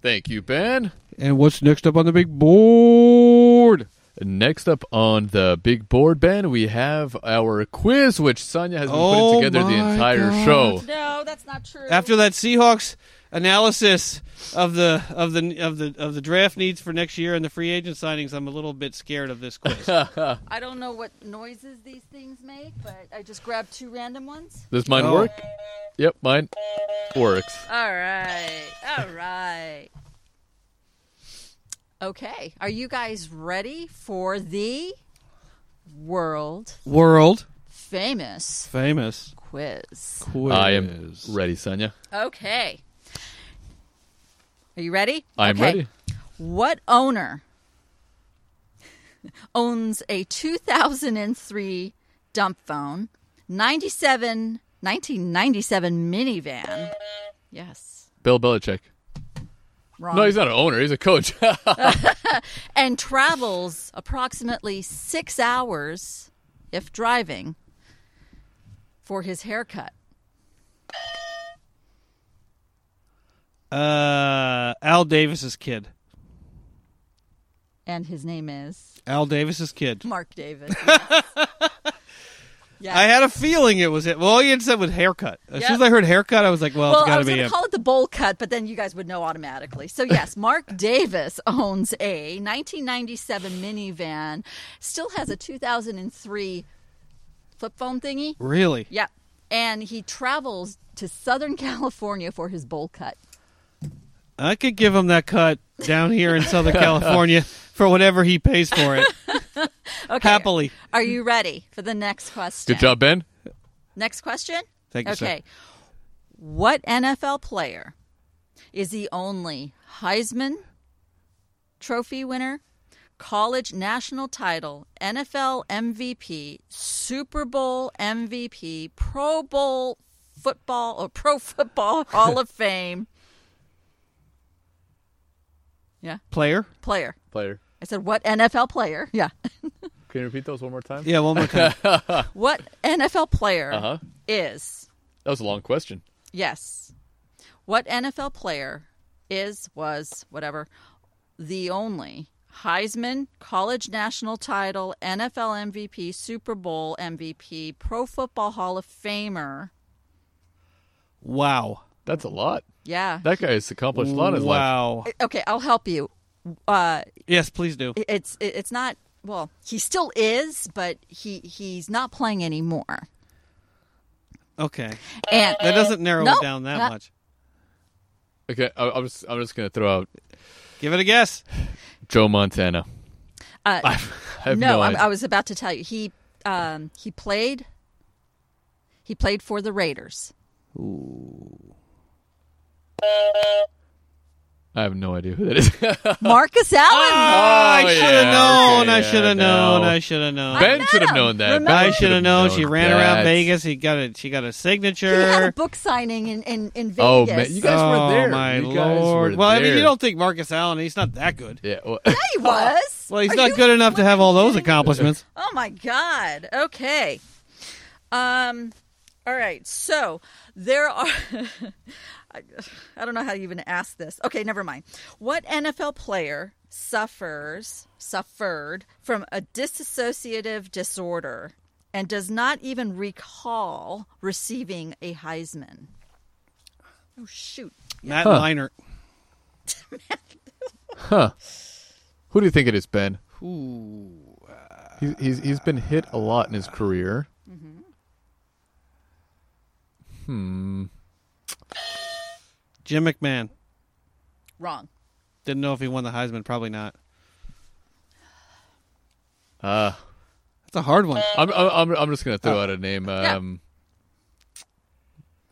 Thank you, Ben. And what's next up on the big board? Next up on the big board, Ben, we have our quiz, which Sonia has been Oh putting together the my entire God. show. No, that's not true. After that Seahawks analysis of the of the of the of the draft needs for next year and the free agent signings, I'm a little bit scared of this quiz. I don't know what noises these things make, but I just grabbed two random ones. Does mine Oh. work? Yep, mine works. All right. All right. Okay. Are you guys ready for the world [laughs] World famous famous quiz? quiz. I am ready, Sonia. Okay. Are you ready? I'm Okay. ready. What owner [laughs] owns a 2003 dump phone, 97, 1997 minivan? Yes. Bill Belichick. Wrong. No, he's not an owner. He's a coach. [laughs] and travels approximately six hours, if driving, for his haircut. Uh, Al Davis's kid. And his name is Al Davis's kid. [laughs] Mark Davis. Yes. Yes. I had a feeling it was it. Well, all you had said was haircut. As Yep. soon as I heard haircut, I was like, well, Well, it's I got to was be going him. to call it the bowl cut, but then you guys would know automatically. [laughs] So, yes, Mark Davis owns a 1997 minivan, still has a 2003 flip phone thingy. really? Yep. And he travels to Southern [laughs] California for his bowl cut. I could give him that cut down here in [laughs] Southern California for whatever he pays for [laughs] it. Okay. Happily. Are you ready for the next question? Good job, Ben. Next question? Thank you, sir. Okay. What NFL player is the only Heisman Trophy winner, college national title, NFL MVP, Super Bowl MVP, Pro Bowl football or Pro Football Hall of Fame? Yeah, Player? player. Player. I said, what NFL player? Yeah. Can you repeat those one more time? Yeah, one more [laughs] time. What NFL player Uh-huh. is That was a long question. Yes. What NFL player is, was, whatever, the only Heisman, college national title, NFL MVP, Super Bowl MVP, Pro Football Hall of Famer? wow. That's a lot. Yeah. That guy has accomplished a lot in his life. Wow. okay, I'll help you. Uh, Yes, please do. it's it's not well. He still is, but he he's not playing anymore. Okay. And That doesn't narrow No, it down that not- much. Okay, I, I'm just I'm just gonna throw out Give it a guess. Joe Montana. [laughs] uh, I have no, no, I'm- idea. I was about to tell you. He um, he played. He played for the Raiders. I have no idea who that is. [laughs] Marcus Allen. I Oh, yeah, should have known. okay, I should yeah, have known. no. I should have known. ben met should have him. known that. Remember? Ben I should've should have known. She ran around that. Vegas. He got a. She got a he had signature. a book signing in in, in Vegas. Oh, man, you guys oh were there. my You guys lord! were well, I mean, there. you don't think Marcus Allen? He's not that good. Yeah. Well, [laughs] he was. Well, he's Are not you- good enough to have all those accomplishments. Oh my God. Okay. Um. All right. So there are. [laughs] I- I don't know how you even ask this. Okay, never mind. What NFL player suffers suffered from a dissociative disorder and does not even recall receiving a Heisman? Oh shoot. Matt Huh. Leinart. who do you think it is, Ben? Ooh. uh, He's, he's he's been hit a lot in his career. Jim McMahon. Wrong. Didn't know if he won the Heisman. Probably not. Uh, That's a hard one. Oh. I'm I'm I'm- I'm just gonna throw out a name. Um,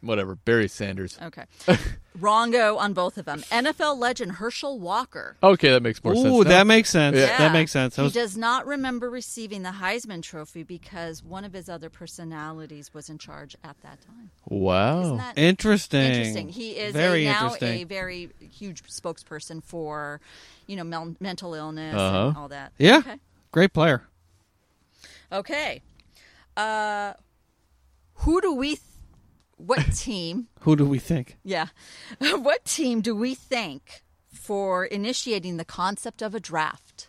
Whatever. Barry Sanders. Okay. [laughs] Wrongo on both of them. NFL legend Herschel Walker. Okay, that makes more sense. Ooh, now. that makes sense. Yeah. That makes sense. I was- He does not remember receiving the Heisman Trophy because one of his other personalities was in charge at that time. wow. Isn't that Oh, interesting. interesting? He is a- very now interesting. a very huge spokesperson for, you know, mel- mental illness and Uh-huh. all that. yeah, Okay. great player. Okay. Uh, who do we? Th- what [laughs] team? Who do we think? yeah. [laughs] what team do we thank for initiating the concept of a draft?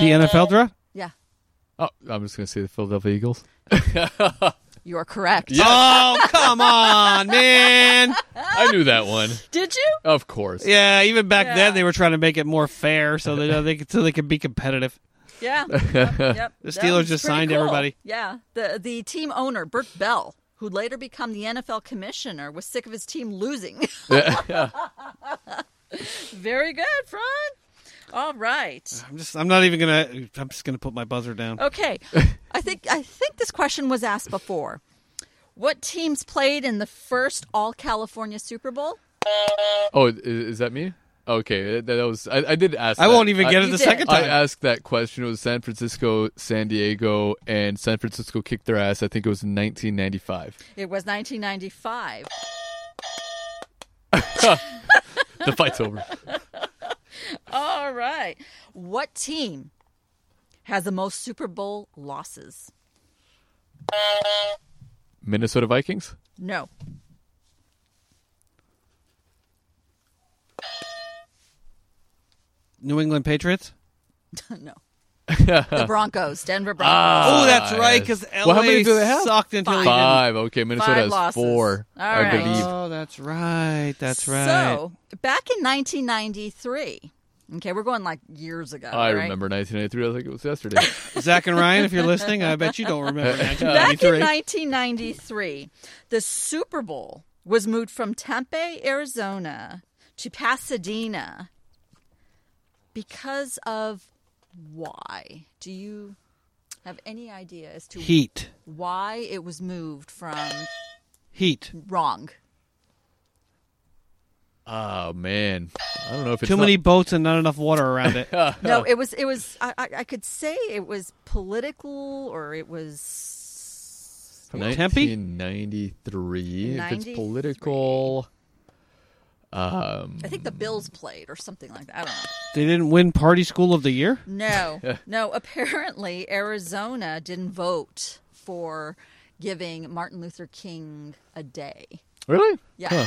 The NFL draft. Yeah, Oh, I'm just gonna say the Philadelphia Eagles. you are correct. Oh come on, man! I knew that one. Did you? Of course. Yeah, even back Yeah. then they were trying to make it more fair so that uh, they could, so they could be competitive. [laughs] Yeah. Yep, yep. The That Steelers was just pretty signed cool. everybody. Yeah. The the team owner, Burt Bell, who later became the NFL commissioner, was sick of his [laughs] team losing. [laughs] Very good, Fran. All right. I'm just I'm not even gonna I'm just gonna put my buzzer down. [laughs] Okay. I think I think this question was asked before. What teams played in the first All California Super Bowl? Oh, is, is that me? Okay, uh, that, that was I, I did ask. I that. won't even get I, it You the did. second Oh. Uh, I time. asked that question. It was San Francisco, San Diego, and San Francisco kicked their ass. I think it was in 1995. It was 1995. The [laughs] fight's over. All right. What team has the most Super Bowl losses? Minnesota Vikings. No. [laughs] New England Patriots. no. the Broncos, Denver Broncos. oh, that's right, uh, yes. because LA Well, how many do they have? sucked until he didn't. Five. Okay, Minnesota Five has losses. four. All I right. believe. Oh, that's right. That's right. So back in 1993, okay, we're going like years ago. I right? remember 1993. I think it [laughs] was yesterday. Zach and Ryan, if you're listening, I bet you don't remember [laughs] Uh, Back 1993. in 1993, the Super Bowl was moved from Tempe, Arizona, to Pasadena because of why? Do you have any idea as to Heat. why it was moved from Heat. wrong? oh man, I don't know if it's Too not- many boats and not enough water around it. No, it was it was I, I I could say it was political or it was From Tempe? 1993. If it's 93. political, I think the Bills played or something like that. I don't know. They didn't win Party School of the Year. [laughs] No, no. Apparently, Arizona didn't vote for giving Martin Luther King a day. really? Yeah.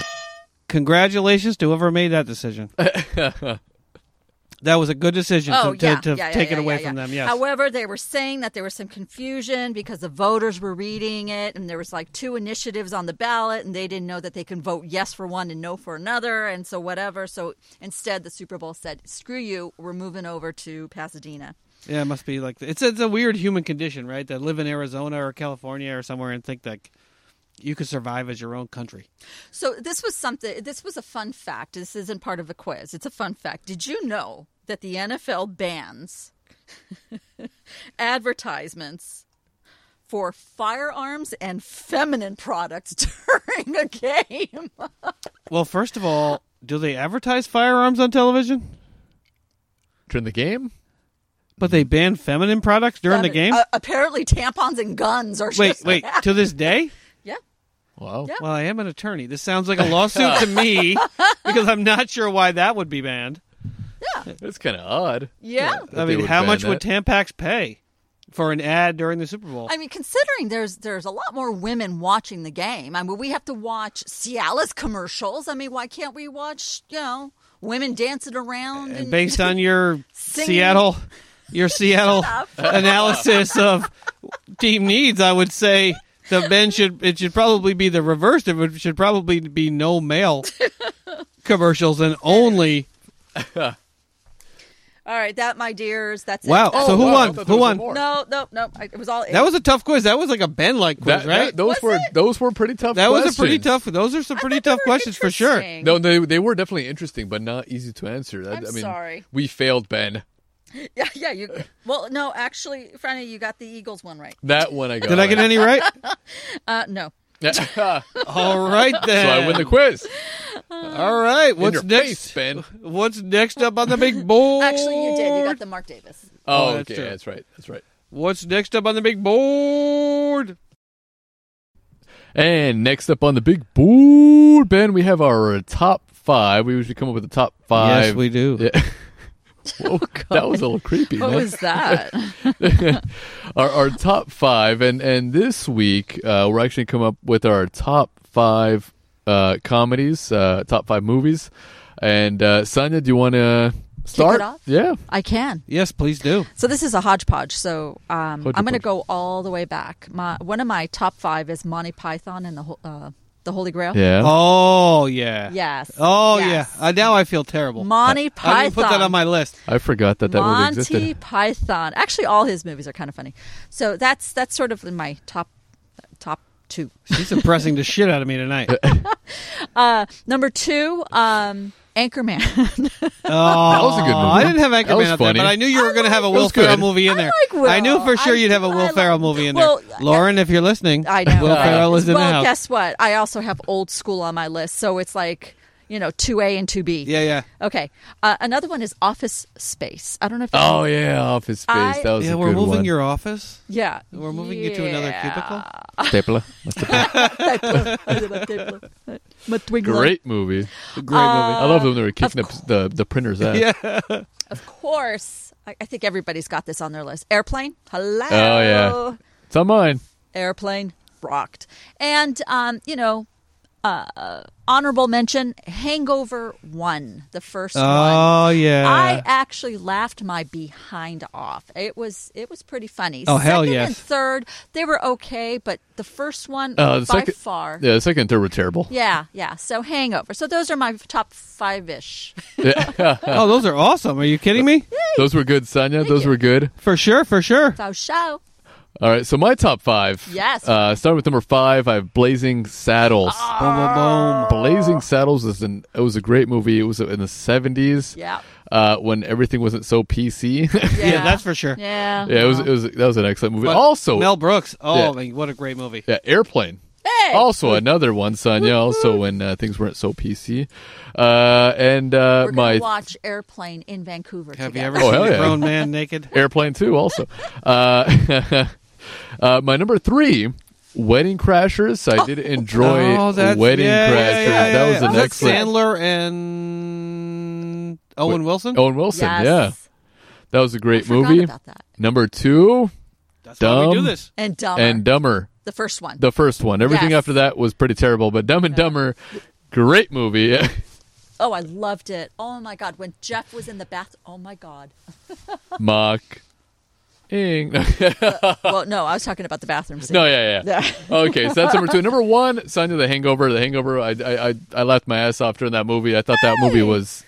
Congratulations to whoever made that decision. that was a good decision Oh, to, to, yeah, to yeah, yeah, take yeah, it away yeah, from yeah. them. Yes. However, they were saying that there was some confusion because the voters were reading it, and there was like two initiatives on the ballot, and they didn't know that they can vote yes for one and no for another, and so whatever. So instead, the Super Bowl said, "Screw you, we're moving over to Pasadena." Yeah, it must be like it's it's a weird human condition, right? That live in Arizona or California or somewhere and think that you could survive as your own country. So this was something. This was a fun fact. This isn't part of a quiz. It's a fun fact. Did you know that the NFL bans [laughs] advertisements for firearms and feminine products [laughs] during a game? Well, first of all, do they advertise firearms on television? During the game? But they ban feminine products during the game. Uh, apparently, tampons and guns are. wait, [laughs] just- wait, to this day? Yeah. Wow. Yeah. Well, I am an attorney. This sounds like a lawsuit to [laughs] me because I'm not sure why that would be banned. That's kind of odd. Yeah. I That they mean, would how ban much would Tampax pay for an ad during the Super Bowl? I mean, considering there's there's a lot more women watching the game. I mean, we have to watch Cialis commercials. I mean, why can't we watch you know women dancing around? and and- based on [laughs] your Singing. Seattle your Seattle analysis of team needs, I would say the men should it should probably be the reverse. It should probably be no [laughs] male commercials and only All right, that, my dears, that's wow. it. That's so who all. Oh, wow, I won? thought there Who was won? more. No, no, no. I, it was all. That was a tough quiz. That was like a Ben like quiz, That, right? that- those Was were it? those were pretty tough. that was a pretty questions. tough. Those are some pretty tough questions for sure. No, they they were definitely interesting, but not easy to answer. I, I'm I mean, sorry. [laughs] we failed, Ben. Yeah, yeah. You. Well, no, actually, Franny, you got the Eagles one right. [laughs] That one I got. Did I get right. any right? Uh, no. so All right then. I win the quiz. All right. What's your next? face, Ben. What's next up on the big [laughs] board? Actually, you did. You got the [laughs] Mark Davis. Oh, Oh, that's okay, true. that's right, that's right. What's next up on the big board? And next up on the big board, Ben, we have our top five. We usually come up with the top five. Yes, we do. Yeah. [laughs] Whoa, Oh, that was a little creepy. [laughs] What man. was that? our, our top five, and and this week uh, we're actually come up with our top five uh, comedies, uh, top five movies, and uh, Sonia, do you want to start? off? Yeah, I can. Yes, please do. So this is a hodgepodge. So um, I'm going to Hodgepodge. go all the way back. My, one of my top five is Monty Python and the Ho- uh, the Holy Grail. yeah. Oh yeah. Yes. Oh Yes. yeah. Uh, now I feel terrible. Monty Python. I didn't put that on my list. I forgot that that movie Monty existed. Python. Actually, all his movies are kind of funny. So that's that's sort of in my top top two. She's impressing the shit out of me [laughs] tonight. Uh, number two, um, Anchorman. [laughs] Oh, was a good movie. I didn't have That Anchorman was up funny. there, but I knew you were going to have a like- It Will was Ferrell good. movie in there. like Will. I knew for sure I- you'd have a I Will like- Ferrell movie in there. Well, Lauren, if you're listening, I know. Will right? Ferrell is in well, the house. guess what? I also have old school on my list, so it's like you know two A and two B. Yeah, yeah. Okay. Uh, another one is Office Space. I don't know if you- Oh yeah, Office Space. I- that was Yeah, a we're good moving one. your office. yeah. We're moving you to another cubicle? [laughs] Stapler. cubicle. [laughs] My twinkle. Great movie. Great Uh, I love when they were kicking up the the printer's ass. movie. [laughs] Yeah. Of course. I, I think everybody's got this on their list. Airplane. Hello. Oh, yeah. It's on mine. Airplane rocked. And um, you know, uh, honorable mention: Hangover One, the first one. Oh yeah. I actually laughed my behind off. It was it was pretty funny. Oh, hell Second yes. And third, they were okay, but the first one Uh, the by second- far. Yeah, the second and third were terrible. Yeah, yeah. So Hangover. So those are my top five ish. oh, those are awesome. Are you kidding me? Those were good, Sonia. Those you. were good. For sure, for sure. Thou show. All right, so my top five. Yes. Uh, starting with number five, I have Blazing Saddles. Boom, boom, Ah. boom. Blazing Saddles is an it was a great movie. It was in the seventies. Yeah. Uh, when everything wasn't so PC. Yeah, Yeah, that's for sure. Yeah. [laughs] yeah, it was, it was that was an excellent movie. But also, Mel Brooks. Oh, Yeah. man, what a great movie. yeah, Airplane. Hey! Also another one, Sonia. Also when uh, things weren't so PC. Uh, and uh, We're my gonna watch Airplane in Vancouver Have you ever together. Oh, seen hell a yeah. grown man naked? Airplane too. Also, uh, [laughs] uh, my number three. Wedding Crashers. I did enjoy Oh, that's- Wedding yeah, Crashers. yeah, yeah, yeah, that was yeah. an That's excellent. Sandler and Owen Wait, Oh, Wilson. Owen Wilson, Yes. yeah. That was a great I forgot movie. about that. Number two That's why we do Dumb. this. And Dumber. and Dumber, the first one. the first one. Everything Yes. after that was pretty terrible, but Dumb and Dumber, great movie. [laughs] oh, I loved it. Oh my god, when Jeff was in the bath. Oh my god. Mock. Ing. [laughs] no, well, no, I was talking about the bathroom scene. yeah, yeah. [laughs] okay, so that's number two. Number one, Sign of the Hangover. The Hangover. I, I, I, I laughed my ass off during that movie. I thought that movie was.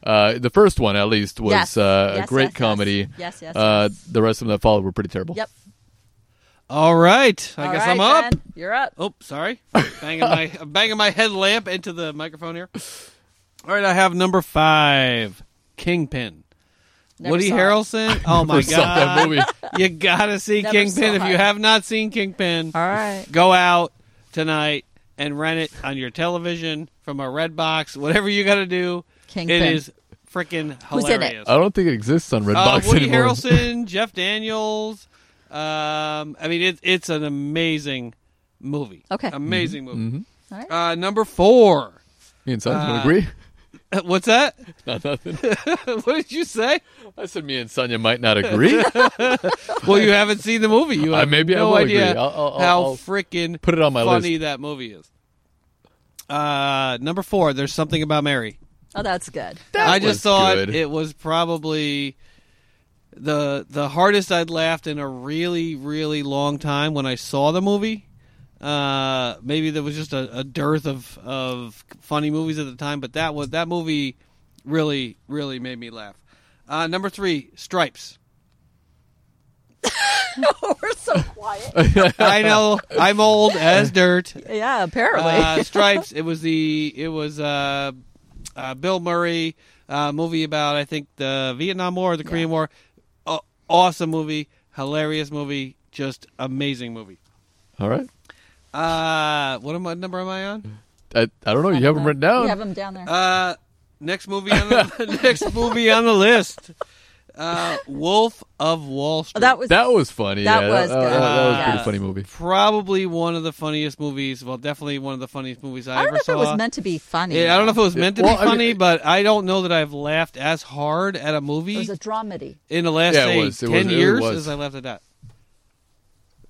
Uh, the first one, at least, was Yes. uh, a Yes, great yes, yes. comedy. Yes, yes, Uh, the rest of them that followed were pretty terrible. [laughs] Yep. All right, I All guess right, I'm up. Ben, you're up. Oh, sorry, banging [laughs] my I'm banging my headlamp into the microphone here. All right, I have number five, Kingpin. Never Woody saw [laughs] it. Harrelson. Oh my Never saw that god, movie. you gotta [laughs] see Never Kingpin if saw you it. have not seen Kingpin. All right. go out tonight and rent it on your television from a red box, whatever you got to do. Kingpin. It is freaking hilarious. Who's in it? I don't think it exists on Uh, Redbox Woody anymore. [laughs] Harrelson, Jeff Daniels. Um, I mean, it, it's an amazing movie. Okay. amazing movie. Mm-hmm. All right. Uh, number four. [laughs] Me and Sonia Uh, don't agree. What's that? [laughs] Not nothing. [laughs] what did you say? I said me and Sonia [laughs] might not agree. Well, you haven't seen the movie. You Uh, have maybe I no will idea agree. I'll- I'll- how I'll freaking put it on my funny list. that movie is. Uh, number four. There's something about Mary. Oh, that's good. [laughs] That I just was thought good. it was probably the the hardest I'd laughed in a really really long time when I saw the movie. Uh, maybe there was just a, a dearth of of funny movies at the time, but that was that movie really really made me laugh. Uh, number three, Stripes. [laughs] We're so [laughs] quiet. I know I'm old as dirt. yeah, apparently. Uh, Stripes. It was the it was uh, uh, Bill Murray uh, movie about I think the Vietnam War or the Korean War. Aw- awesome movie, hilarious movie, just amazing movie. All right. Uh, what am I, number am I on? I, I don't know. You have them written down. You have them down there. Uh, next movie on [laughs] the next movie on the list. Uh, Wolf of Wall Street. Oh, that was that was funny. That yeah, was that, that- good. that was a pretty Uh, funny movie. probably one of the funniest movies. Well, definitely one of the funniest movies I, I don't ever know if saw. it was meant to be funny. Yeah, I don't know if it was meant to Well, be I mean- funny, but I don't know that I've laughed as hard at a movie It was a dramedy. in the last Yeah, it say, was. It ten was- it years was. as I laughed at that.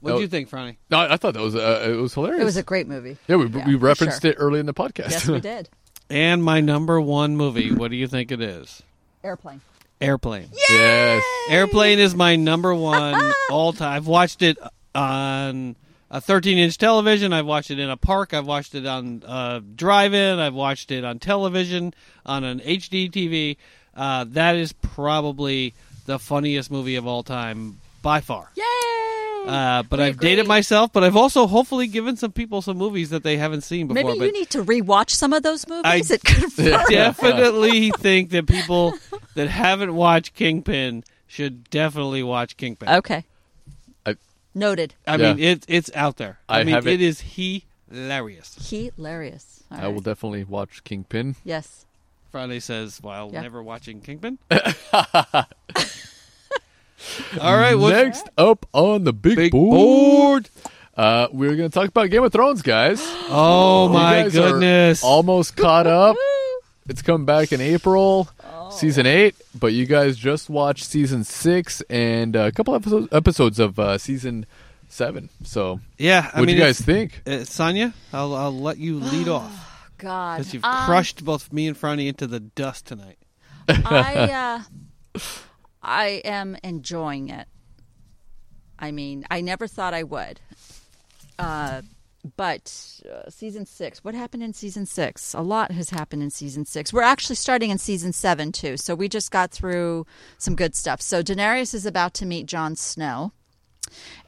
What No. do you think, Franny? No, I thought that was uh, it was hilarious. It was a great movie. yeah, we, we for referenced sure. it early in the podcast. [laughs] Yes, we did. And my number one movie. What do you think it is? Airplane. Airplane. yes. Airplane is my number one all time. I've watched it on a 13 inch television. I've watched it in a park. I've watched it on uh, drive in. I've watched it on television, on an HD TV. Uh, that is probably the funniest movie of all time by far. Yay! Uh, but We I've agree. dated myself, but I've also hopefully given some people some movies that they haven't seen before. Maybe but you need to rewatch some of those movies. I- it could [laughs] definitely think that people that haven't watched Kingpin should definitely watch Kingpin. Okay. I- Noted. I Yeah. mean, it, it's out there. I, I mean, have it it. is hilarious. Hilarious. All I will right. definitely watch Kingpin. Yes. Friday says, while Yeah. never watching [laughs] Kingpin. [laughs] All right, what's Next up on the big, Big board, uh, we're going to talk about Game of Thrones, guys. Oh, You my guys are goodness. almost caught up. It's coming back in April, season eight. But you guys just watched season six and a couple episodes episodes of uh, season seven. So, yeah, I what do mean, you guys it's- think? uh, Sonia, I'll, I'll let you [sighs] lead off God. because you've Um, [laughs] crushed both me and Franny into the dust tonight. I uh, I am enjoying it. I mean, I never thought I would. Uh, but uh, season six, what happened in season six? A lot has happened in season six. We're actually starting in season seven too, so we just got through some good stuff. So Daenerys is about to meet Jon Snow.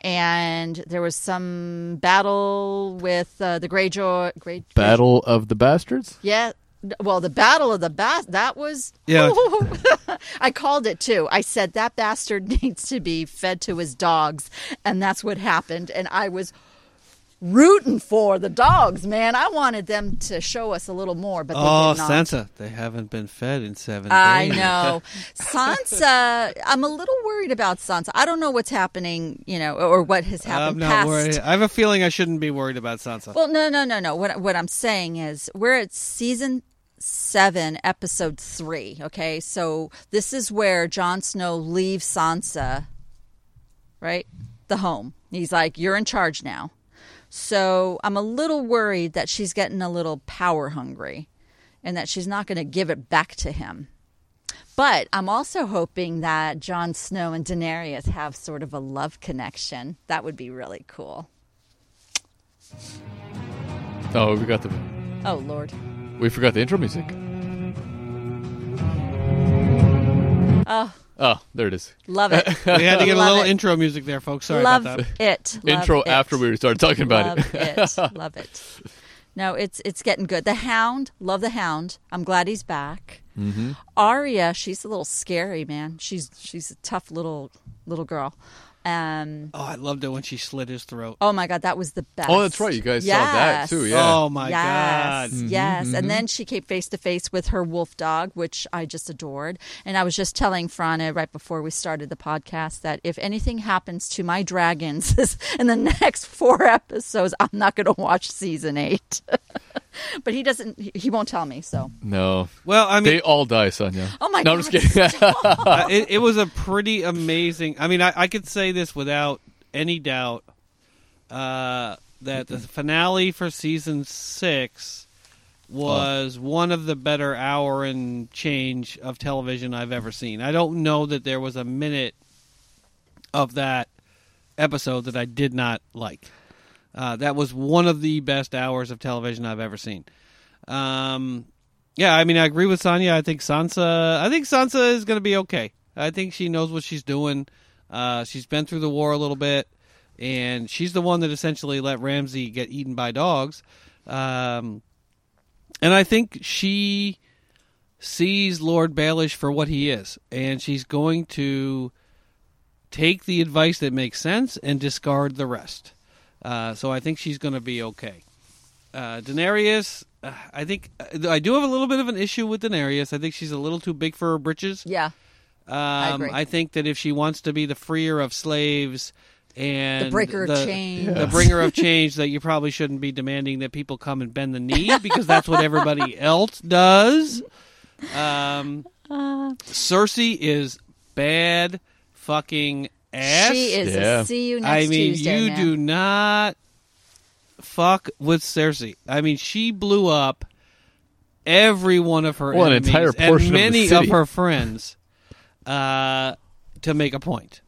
And there was some battle with uh, the Greyjoy. Grey, Battle of the Bastards. yeah. Well, the Battle of the Bas that was. Yeah. [laughs] I called it too. I said that bastard [laughs] needs to be fed to his dogs, and that's what happened. And I was rooting for the dogs, man. I wanted them to show us a little more, but they Oh, did not. Sansa, they haven't been fed in seven I days. know. Sansa, I'm a little worried about Sansa. I don't know what's happening, you know, or what has I'm happened not past worried. I have a feeling I shouldn't be worried about Sansa. Well, no, no, no, no. What what I'm saying is we're at season seven, episode three. Okay, so this is where Jon Snow leaves Sansa, right? The home. He's like, "You're in charge now." So I'm a little worried that she's getting a little power hungry, and that she's not going to give it back to him. But I'm also hoping that Jon Snow and Daenerys have sort of a love connection. That would be really cool. Oh, we got the Oh Lord. we forgot the intro music. Oh, Oh, there it is. Love it. we had to get a Love little it. intro music there, folks. Sorry Love about that. it. Love intro it. after we started talking about Love it. it. Love it. No, it's it's getting good. The Hound, love the Hound. I'm glad he's back. Mm-hmm. Aria, she's a little scary, man. She's she's a tough little little girl. Um, Oh, I loved it when she slit his throat. oh my God, that was the best. Oh, that's right. You guys saw that Yes. too. Yeah. Mm-hmm, Oh my yes, god. yes. And then she came face to face with her wolf dog, which I just adored. And I was just telling Frana right before we started the podcast that if anything happens to my dragons [laughs] in the next four episodes, I'm not going to watch season eight. [laughs] but he doesn't. he- He won't tell me. So [laughs] No, Well, I mean, they all die, Sonya. Oh my no, I'm God, just [laughs] kidding. [laughs] uh, it, it was a pretty amazing. I mean, I, I could say this without any doubt uh, that the finale for season six was one of the better hour and change of television I've ever seen. I don't know that there was a minute of that episode that I did not like. Uh, that was one of the best hours of television I've ever seen. Um, yeah, I mean, I agree with Sonya. I think Sansa. I think Sansa is going to be okay. I think she knows what she's doing. Uh, she's been through the war a little bit, and she's the one that essentially let Ramsey get eaten by dogs. Um, and I think she sees Lord Baelish for what he is, and she's going to take the advice that makes sense and discard the rest. Uh, so I think she's going to be okay. Uh, Daenerys, uh, I think I do have a little bit of an issue with Daenerys. I think she's a little too big for her britches. Yeah. Um, agree. think that if she wants to be the freer of slaves and The breaker of chains. the bringer [laughs] of change, that you probably shouldn't be demanding that people come and bend the knee because that's what [laughs] everybody else does. Um, Uh. Cersei is bad fucking ass. She is Yeah. a see you I next mean, Tuesday. you man. do not fuck with Cersei. I mean, she blew up every one of her Well, an enemies entire portion of and the many city. her friends uh, to make a point.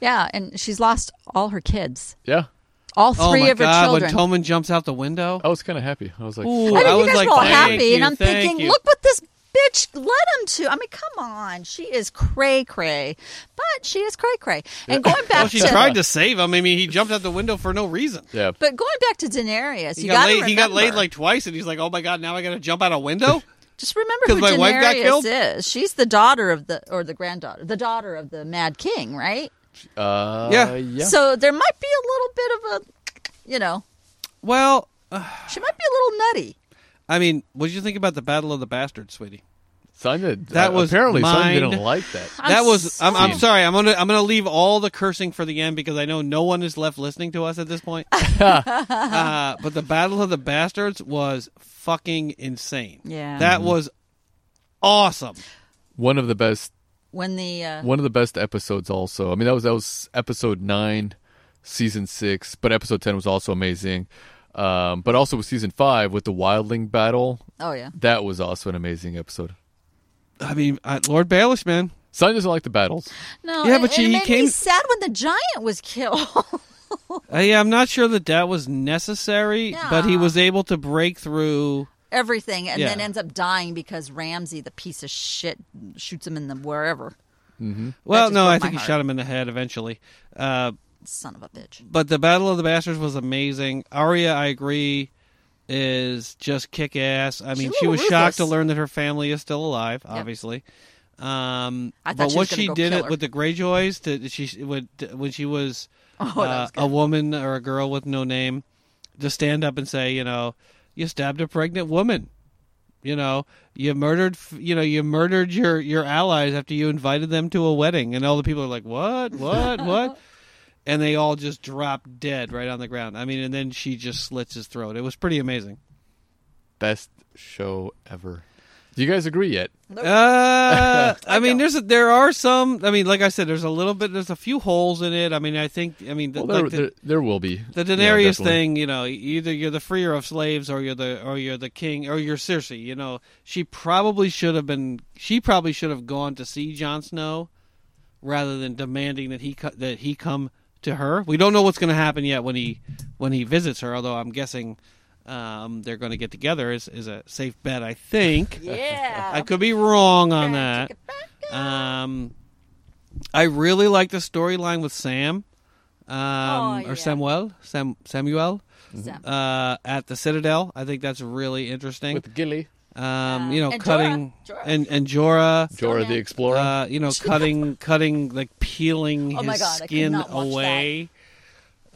Yeah, and she's lost all her kids. [laughs] Yeah. All Oh three my of her god, children. when Toman jumps out the window. I was kind of happy. I was like, Ooh, I I know you was guys like, were all thank happy, you, and I'm thank thinking, you. look what this bitch led him to. I mean, come on, she is cray cray, but she is cray cray. And going back Well, she to, tried to save him. I mean, he jumped out the window for no reason. yeah. but going back to Daenerys, He you got gotta laid. He got laid remember- like twice, and he's like, "Oh my god, now I got to jump out a window." [laughs] Just remember 'Cause who my wife got Daenerys killed? is. She's the daughter of the, or the granddaughter, the daughter of the Mad King, right? Uh, Yeah. Yeah. So there might be a little bit of a, you know, well, she might be a little nutty. I mean, what did you think about the Battle of the Bastards, sweetie? Son did, That uh, was apparently Son mine. didn't like that. I'm that was. uh, I'm, I'm sorry. sorry. I'm gonna. I'm gonna leave all the cursing for the end because I know no one is left listening to us at this [laughs] point. uh, but the Battle of the Bastards was fucking insane. Yeah. that was awesome. One of the best When the uh, one of the best episodes also i mean that was that was episode 9 season 6 but episode 10 was also amazing um, but also with season 5 with the wildling battle oh yeah, that was also an amazing episode I mean, uh, Lord Baelish, man. Son doesn't like the battles. no, Yeah, and- but and she- it he made came- me sad when the giant was killed. [laughs] Uh, yeah, I'm not sure that that was necessary, but he Yeah. was able to break through. everything and then Yeah. ends up dying because Ramsey, the piece of shit, shoots him in the wherever. Well, just no, I broke my think he heart. shot him in the head eventually. Uh, Son of a bitch. but the Battle of the Bastards was amazing. Arya, I agree, is just kick ass. I mean, a she little was shocked to ruthless. learn that her family is still alive, obviously. Um, I but thought she was what gonna she go did kill it her. with the Greyjoys, to, she would when she [laughs] was, Oh, uh, that was a woman or a girl with no name, to stand up and say, you know, you stabbed a pregnant woman. You know, you murdered. f- You know, you murdered your your allies after you invited them to a wedding, and all the people are like, "What? [laughs] What? What?" and they all just drop dead right on the ground. I mean, and then she just slits his throat. It was pretty amazing. Best show ever. Do you guys agree yet? [laughs] Uh, I mean, there's a, there are some. I mean, like I said, there's a little bit. There's a few holes in it. I mean, I think. I mean, the, Well, there, like there, the, there will be the Yeah, Daenerys definitely. thing. You know, e-, either you're the freer of slaves, or you're the or you're the king, or you're Cersei. You know, she probably should have been. She probably should have gone to see Jon Snow rather than demanding that he co- that he come to her. We don't know what's going to happen yet when he when he visits her. Although I'm guessing um, they're going to get together is is a safe bet. I think. [laughs] Yeah. I could be wrong on that. Um, I really like the storyline with Sam, um, Oh, yeah. or Samuel, Sam Samuel, Sam. uh, at the Citadel. I think that's really interesting. with Gilly, Um, Uh, you know, and cutting Jorah. Jorah. and and Jorah, Jorah the man. Explorer. uh, you [laughs] know, cutting, cutting, like peeling Oh his my God, I could skin not watch that. away.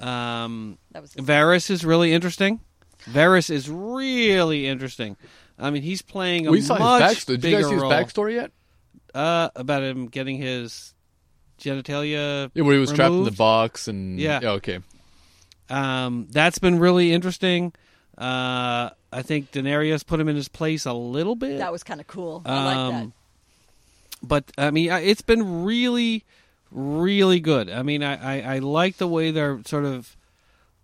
Um, That was Varys is really interesting. Varys is really interesting. I mean, he's playing a we saw much his backstory. Did you bigger guys see his role. backstory yet? Uh, about him getting his genitalia. Yeah, where he was trapped in the removed. box and Yeah. okay. Um, that's been really interesting. Uh, I think Daenerys put him in his place a little bit. that was kind of cool. I like Um, But I mean, I- it's been really, really good. I mean, I, I, I like the way they're sort of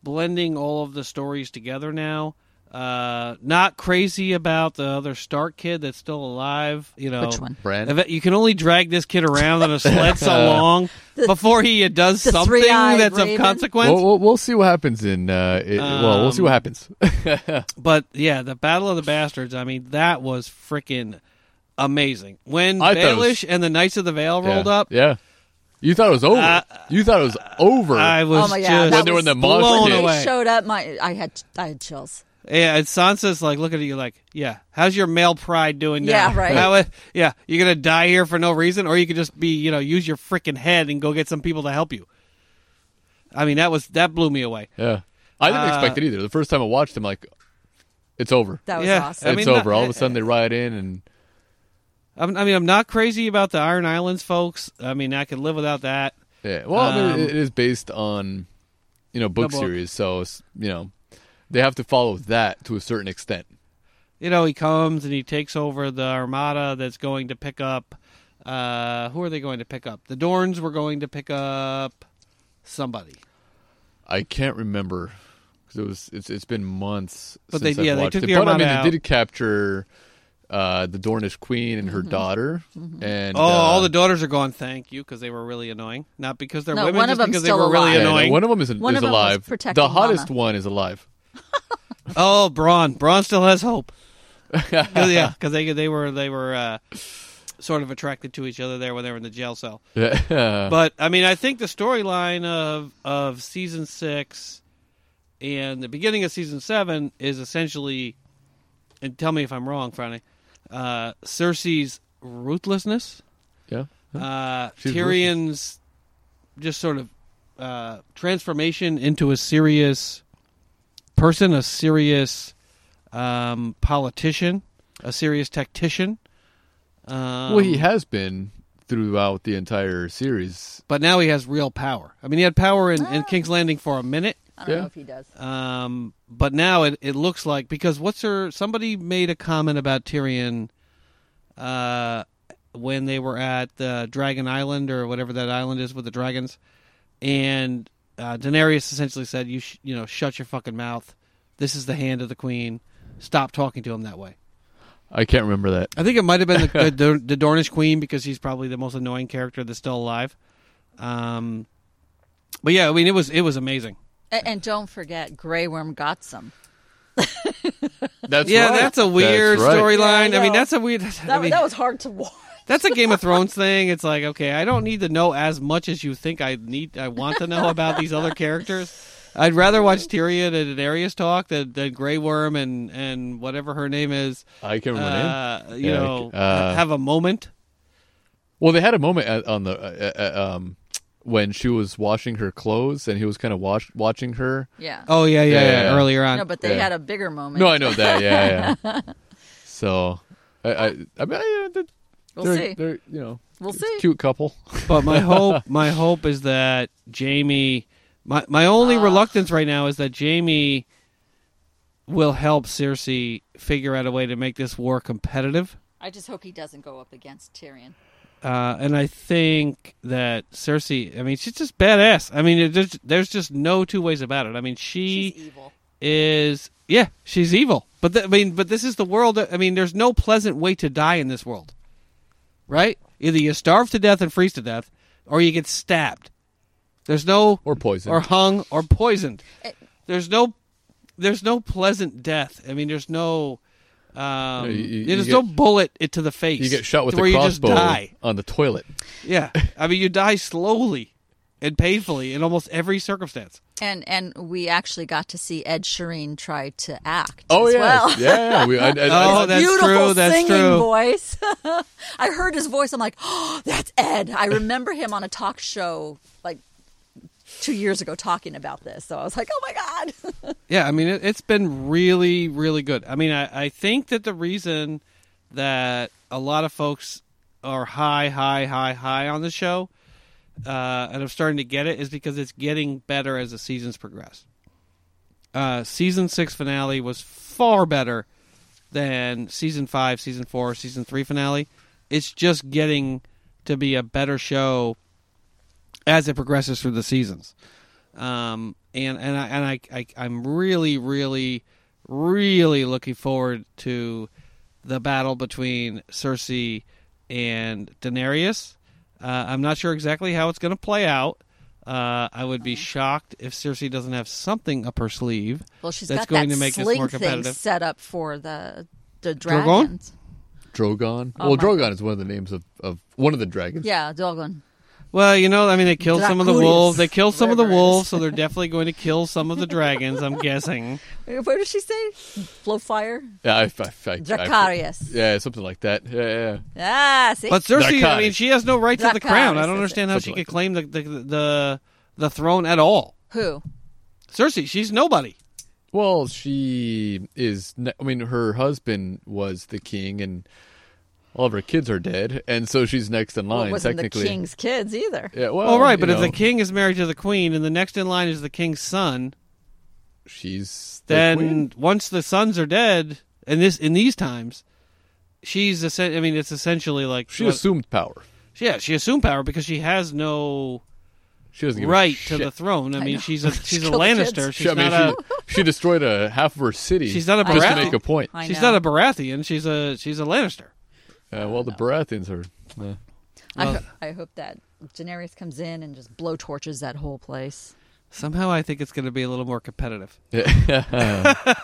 blending all of the stories together now. Uh, not crazy about the other Stark kid that's still alive. You know, Which one? Bran? Ev- You can only drag this kid around on a sled [laughs] Uh, so [laughs] long before he does the something three-eyed that's of raven? consequence. We'll, we'll, we'll see what happens in. Uh, it, well, we'll see Um, what happens. [laughs] But yeah, the Battle of the Bastards. I mean, that was freaking amazing. When I thought it was- Baelish and the Knights of the Vale rolled yeah. up, Yeah. You thought it was over. Uh, you thought it was over. I was Oh my God, just that When they were in the was- blown monster that. When did. they away. showed up, my I had I had chills. Yeah, and Sansa's like looking at you like, yeah, how's your male pride doing now? Yeah, right. How is- yeah, you're gonna die here for no reason, or you could just be, you know, use your freaking head and go get some people to help you. I mean, that was that blew me away. Yeah. I didn't Uh, expect it either. The first time I watched him, like, it's over. That was Yeah. awesome. I it's mean, uh, over. not- All of a sudden, they ride in, and I'm, I mean, I'm not crazy about the Iron Islands, folks. I mean, I could live without that. yeah. Well, I mean, Um, it is based on, you know, book, book. series, so it's, you know, they have to follow that to a certain extent. You know, he comes and he takes over the armada that's going to pick up. Uh, who are they going to pick up? The Dorns were going to pick up somebody, I can't remember because it was it's it's been months. But since they- I've yeah, they watched took it. the But I Armada mean, they out. did capture uh, the Dornish queen and her Mm-hmm. daughter, and Oh, uh, all the daughters are gone. Thank you, because they were really annoying. Not because they're No, women, one just of them's because they still were really alive. yeah, no, annoying. one of them is, One is of them was alive. protecting the hottest Lana. one is alive. Oh, Braun. Braun still has [laughs] hope. 'Cause, yeah, because they they were they were uh, sort of attracted to each other there when they were in the jail cell. Yeah. [laughs] But I mean, I think the storyline of of season six and the beginning of season seven is essentially, and tell me if I'm wrong, Friday, uh, Cersei's ruthlessness, yeah. uh, She's Tyrion's just sort of uh, transformation into a serious person, a serious um, politician, a serious tactician. Um, well, he has been throughout the entire series. but now he has real power. I mean, he had power in, in King's Landing for a minute, I don't Yeah. know if he does. um, but now it, it looks like because what's her? Somebody made a comment about Tyrion uh, when they were at the Dragon Island or whatever that island is with the dragons, and uh, Daenerys essentially said, "You sh- you know, shut your fucking mouth. This is the hand of the queen. Stop talking to him that way." I can't remember that. I think it might have [laughs] been the, the, the Dornish Queen because he's probably the most annoying character that's still alive. Um, but yeah, I mean, it was it was amazing. A- And don't forget, Grey Worm got some. That's yeah, right. that's a weird right. storyline. Yeah, I I mean, know. that's a weird. [laughs] I That, mean, that was hard to watch. that's a Game of Thrones thing. It's like, okay, I don't need to know as much as you think I need. I want to know about these other characters. I'd rather watch Tyrion and Daenerys talk than, than Grey Worm and, and whatever her name is. I can't remember the name. Uh, you Yeah, know, uh, have a moment. Well, they had a moment at, on the uh, uh, um, when she was washing her clothes, and he was kind of wash- watching her. Yeah. Oh yeah, yeah, Yeah, yeah. yeah. Earlier on, no, but they yeah. had a bigger moment. No, I know that. Yeah, yeah. [laughs] so, I, I, I mean, I- uh, they're, We'll they're, see. they're, you know, We'll it's a see. cute couple. But my hope, my hope is that Jamie. My my only reluctance right now is that Jamie will help Cersei figure out a way to make this war competitive. I just hope he doesn't go up against Tyrion. Uh, and I think that Cersei, I mean, she's just badass. I mean, it just, there's just no two ways about it. I mean, she She's evil. is, yeah, she's evil. But th- I mean, but this is the world. that- I mean, there's no pleasant way to die in this world, right? Either you starve to death and freeze to death, or you get stabbed. There's no Or poisoned. or hung, or poisoned. It- There's no, there's no pleasant death. I mean, there's no, um, you- you- there's you no get- bullet it to the face. You get shot with to where a you just crossbow die. on the toilet. Yeah, I mean, you die slowly and painfully in almost every circumstance. And and we actually got to see Ed Sheeran try to act. Oh as yeah, well. yeah. yeah. [laughs] We, I, I, Oh, I, that's beautiful true, that's singing true. voice. [laughs] I heard his voice. I'm like, oh, that's Ed. I remember him on a talk show like two years ago talking about this. So I was like, oh my god. [laughs] Yeah, I mean, it, it's been really, really good. I mean, I, I think that the reason that a lot of folks are high, high, high, high on the show, uh, and I'm starting to get it, is because it's getting better as the seasons progress. Uh, season six finale was far better than season five, season four, season three finale. It's just getting to be a better show as it progresses through the seasons. Um, and and I and I, I I'm really really really looking forward to the battle between Cersei and Daenerys. Uh, I'm not sure exactly how it's going to play out. Uh, I would be shocked if Cersei doesn't have something up her sleeve Well, she's that's got going that to make sling this more thing competitive. set up for the the Drogon? dragons. Drogon. Oh, well, my- Drogon is one of the names of, of one of the dragons. Yeah, Drogon. Well, you know, I mean, they killed some of the Draculius. wolves. They killed some of the Whatever it wolves, so they're definitely going to kill some of the dragons. [laughs] I'm guessing. Uh, What did she say? Blowfire. yeah I, I, I, I- Dracarius. yeah, something like that. Yeah, yeah. yeah. Ah, see. But Cersei, I Dracarys. mean, she has no right to the crown. Dracarys, I is don't it? understand how she Something could like claim the, the the the throne at all. Who? Cersei, she's nobody. Well, she is. ne- I mean, her husband was the king, and all of her kids are dead, and so she's next in Well, line. it wasn't the technically, king's kids either. yeah. Well, All Oh, right, you but if know, the king is married to the queen and the next in line is the king's son, she's the then queen. once the sons are dead, in this in these times, she's essen- I mean, it's essentially like she what- assumed power. yeah, she assumed power because she has no She doesn't give right a to shit. the throne. I I mean, know. [laughs] she's a she's a Kill the kids. Lannister. She's She, I mean, not a she, she destroyed a half of her city. She's not a just to Baratheon. make a point. Uh, I she's know. not a Baratheon. She's a she's a Lannister. [laughs] well, the Baratheons are. [laughs] uh, I, Well- ho- I hope that Daenerys comes in and just blowtorches that whole place. Somehow, I think it's going to be a little more competitive. We'll,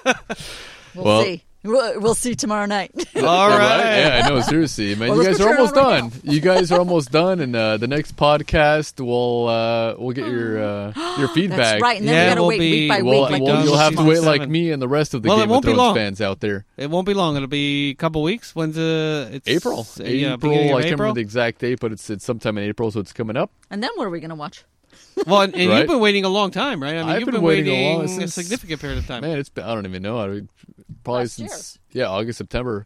Well- see. We'll, we'll see tomorrow night. [laughs] All All right. right. Yeah, I know. Seriously, man, Well, you let's guys are put almost it on right done. You guys are almost done, and uh, the next podcast we'll uh, we'll get [gasps] your uh, your feedback. That's right. And then Yeah, we gotta we'll wait be- week by We'll, week. Like we'll- done we you'll used with have to to season do. wait like seven. me and the rest of the Well, it Game of won't be Thrones long. fans out there. It won't be long. It'll be a couple weeks. When's uh, it's April, Yeah, April. beginning I of can't April. remember the exact date, but it's it's sometime in April, so it's coming up. And then what are we going to watch? Well, and, and Right? you've been waiting a long time, right? I mean, I've you've been been, waiting waiting, a long- a since- significant period of time. Man, it's been, I don't even know. I mean, probably Last since yeah August September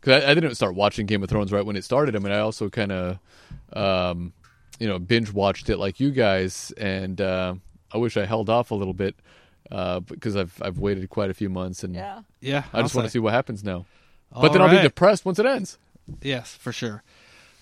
because I, I didn't start watching Game of Thrones right when it started. I mean, I also kind of um, you know binge watched it like you guys, and uh, I wish I held off a little bit uh, because I've I've waited quite a few months, and Yeah. yeah, I just want to see what happens now. But All then I'll be right. depressed once it ends. Yes, for sure.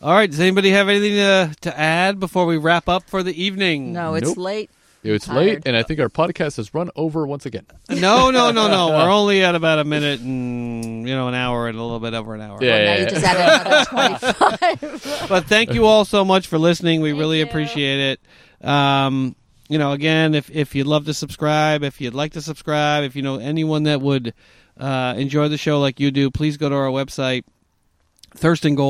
All right. Does anybody have anything to, to add before we wrap up for the evening? No, it's Nope. late. It's I'm late, tired. and I think our podcast has run over once again. no, no, no, [laughs] no. We're only at about a minute and you know an hour and a little bit over an hour. Yeah. Now you just added another 25. but thank you all so much for listening. We really you. appreciate it. Um, you know, again, if if you'd love to subscribe, if you'd like to subscribe, if you know anyone that would uh, enjoy the show like you do, please go to our website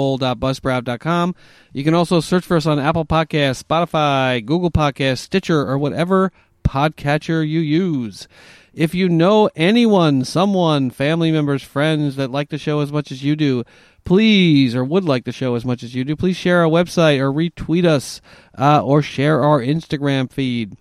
thirstinggold.buzzsprout.com. You can also search for us on Apple Podcasts, Spotify, Google Podcasts, Stitcher, or whatever podcatcher you use. If you know anyone, someone, family members, friends that like the show as much as you do, please or would like the show as much as you do, please share our website or retweet us uh, or share our Instagram feed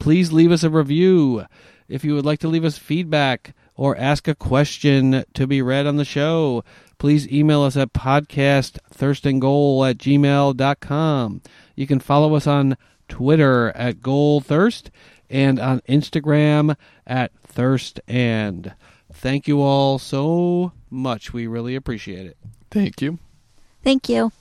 please leave us a review. If you would like to leave us feedback or ask a question to be read on the show, please email us at podcastthirstinggoal at gmail.com. You can follow us on Twitter at goalthirst and on Instagram at thirstand. Thank you all so much. We really appreciate it. Thank you. Thank you.